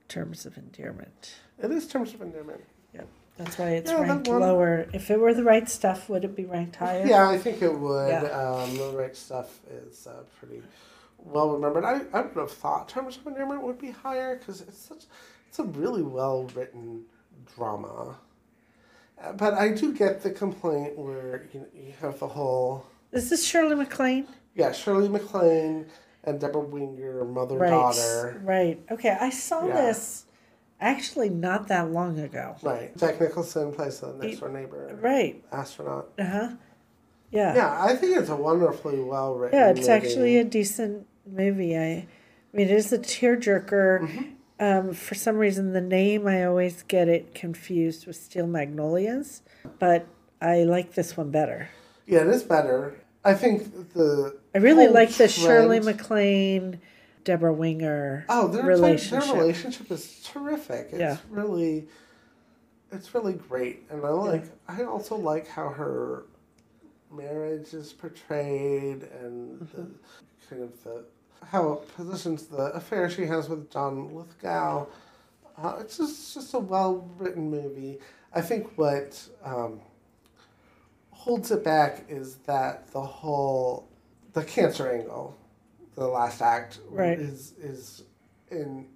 S3: terms of endearment.
S2: It is Terms of Endearment.
S3: That's why it's
S2: Yeah, that
S3: ranked
S2: one-
S3: lower. If it were the right stuff, would it be ranked higher?
S2: Yeah, I think it would.
S3: Yeah.
S2: Um, the right stuff is uh, pretty well remembered. I, I would have thought Terms of Endearment would be higher because it's such it's a really well written drama. Uh, But I do get the complaint where you, know, you have the whole
S3: Is this Shirley MacLaine?
S2: yeah Shirley MacLaine and Deborah Winger mother
S3: Right.
S2: daughter
S3: Right. Okay. I saw
S2: Yeah.
S3: this actually not that long ago.
S2: right Jack Nicholson plays the next door neighbor
S3: Right.
S2: astronaut.
S3: Uh huh. Yeah.
S2: Yeah, I think it's a wonderfully well written.
S3: Yeah, it's actually a decent movie. I, I mean, it is a tearjerker.
S2: Mm-hmm.
S3: Um, for some reason, the name I always get it confused with Steel Magnolias, but I like this one better.
S2: Yeah, it is better. I think the.
S3: I really
S2: whole
S3: like the Shirley
S2: trend-
S3: MacLaine, Deborah Winger
S2: Oh, their relationship.
S3: relationship.
S2: their relationship is terrific. It's
S3: Yeah.
S2: really, it's really great, and I like. I also like how her marriage is portrayed, and
S3: Mm-hmm.
S2: the kind of the how it positions the affair she has with John Lithgow. Uh, it's just it's just a well written movie. I think what um, holds it back is that the whole the cancer angle, the last act,
S3: Right.
S2: is is an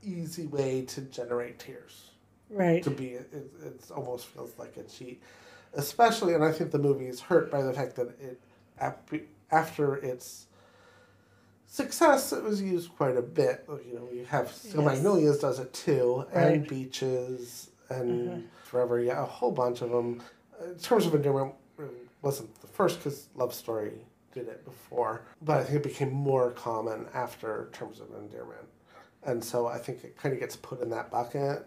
S2: easy way to generate tears.
S3: right?
S2: To be it, it almost feels like a cheat, especially and I think the movie is hurt by the fact that it ap- after its success it was used quite a bit. You know, you have so
S3: Yes.
S2: Magnolias does it too, and
S3: Right.
S2: Beaches and Forever, yeah, a whole bunch of them. In terms of endearment, really wasn't the first because Love Story did it before, but I think it became more common after Terms of Endearment, and so I think it kind of gets put in that bucket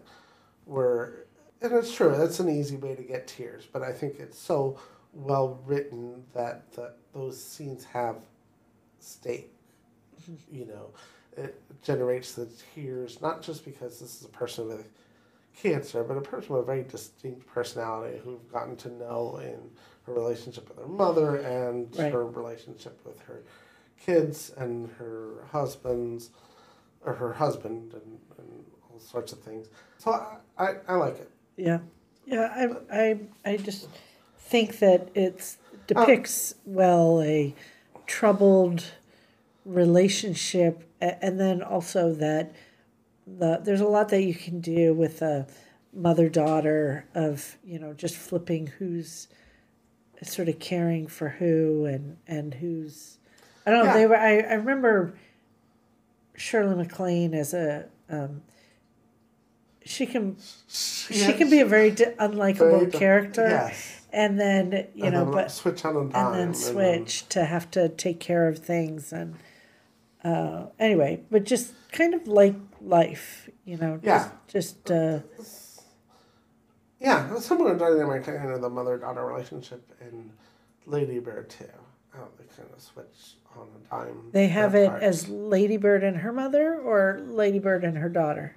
S2: where, and it's true, that's an easy way to get tears, but I think it's so well written that the, those scenes have stake, you know. It generates the tears, not just because this is a person with cancer, but a person with a very distinct personality who we've gotten to know in her relationship with her mother and
S3: Right.
S2: her relationship with her kids and her husband's or her husband and, and all sorts of things. So I, I, I like it.
S3: Yeah, yeah. I, I, I just think that it depicts well a troubled relationship, a- and then also that the there's a lot that you can do with a mother daughter of you know just flipping who's sort of caring for who and and who's I don't know.
S2: Yeah.
S3: They were. I, I remember Shirley MacLaine as a. Um, she can she can be a very di- unlikable
S2: Very di-
S3: character,
S2: Yes.
S3: and then you
S2: and
S3: know,
S2: then
S3: but
S2: switch on a dime.
S3: and then switch to have to take care of things and uh, anyway, but just kind of like life, you know,
S2: Yeah.
S3: just just uh,
S2: Yeah, it was similar dynamic to you know, the mother daughter relationship in Lady Bird too. How they kind of switch on a dime.
S3: They have
S2: their
S3: it
S2: parts.
S3: as Lady Bird and her mother or Lady Bird and her daughter?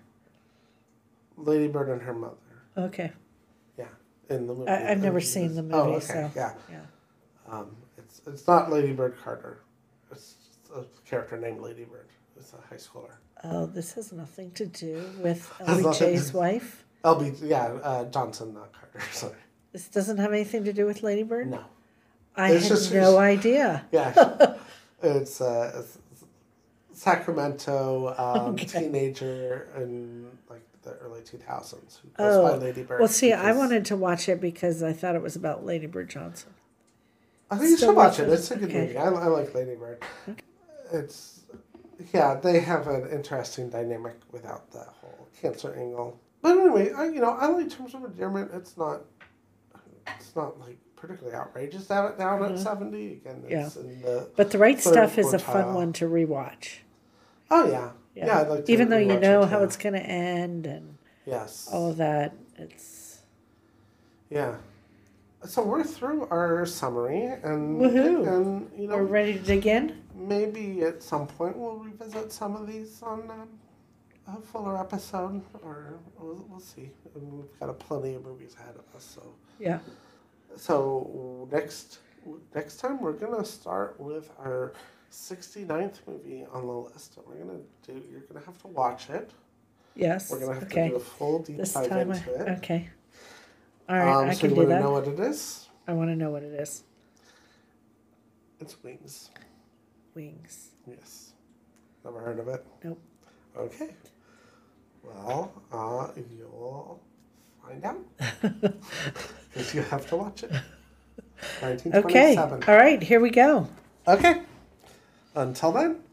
S2: Lady Bird and her mother
S3: Okay.
S2: in the movie.
S3: I, I've never seen the movie,
S2: Oh, okay.
S3: so.
S2: yeah,
S3: yeah.
S2: um, it's it's not Lady Bird Carter. It's a character named Lady Bird. It's a high schooler.
S3: Oh, this has nothing to do with
S2: Has nothing
S3: LBJ's
S2: to-
S3: wife.
S2: LB, yeah, uh, Johnson, not Carter. Sorry,
S3: This doesn't have anything to do with Lady Bird.
S2: no.
S3: I
S2: It's
S3: had
S2: just-
S3: no idea.
S2: Yeah. it's, uh, it's Sacramento um,
S3: Okay.
S2: teenager in like the early 2000s who goes by
S3: Oh.
S2: Lady Bird.
S3: Well, see, I
S2: because-
S3: wanted to watch it because I thought it was about Lady Bird Johnson.
S2: I think you
S3: still
S2: should watch
S3: watch
S2: it.
S3: it.
S2: It's a good
S3: Okay.
S2: movie. I, I like Lady Bird. It's, yeah, they have an interesting dynamic without the whole cancer angle. But anyway, I, you know, I like Terms of Endearment. It's not, it's not like particularly outrageous down, at- down
S3: Mm-hmm.
S2: at 70. Again, it's in the,
S3: But the right
S2: Third
S3: stuff is a
S2: quartile.
S3: fun one to rewatch.
S2: oh yeah. Yeah, I'd like to
S3: Even though you
S2: rewatch
S3: know
S2: it,
S3: how
S2: yeah.
S3: it's going to end and
S2: Yes.
S3: all of that, it's
S2: Yeah. So we're through our summary and
S3: Woohoo.
S2: and you know
S3: we're ready to dig in.
S2: maybe at some point we'll revisit some of these on um, a fuller episode or we'll, we'll see. I mean, we've got a plenty of movies ahead of us. So
S3: Yeah.
S2: so next next time we're gonna start with our 69th movie on the list. and We're gonna do. You're gonna have to watch it.
S3: Yes.
S2: We're gonna have
S3: Okay.
S2: to do a full deep
S3: This
S2: dive
S3: time, I,
S2: into it.
S3: okay. All right,
S2: um,
S3: I
S2: so
S3: can
S2: you
S3: do
S2: want
S3: that.
S2: to know what it is?
S3: I want to know what it is.
S2: It's Wings.
S3: Wings.
S2: Yes. Never heard of it?
S3: Nope.
S2: Okay. Well, uh, you'll find out because you have to watch it.
S3: okay.
S2: 1927.
S3: All right, here we go.
S2: Okay. Until then.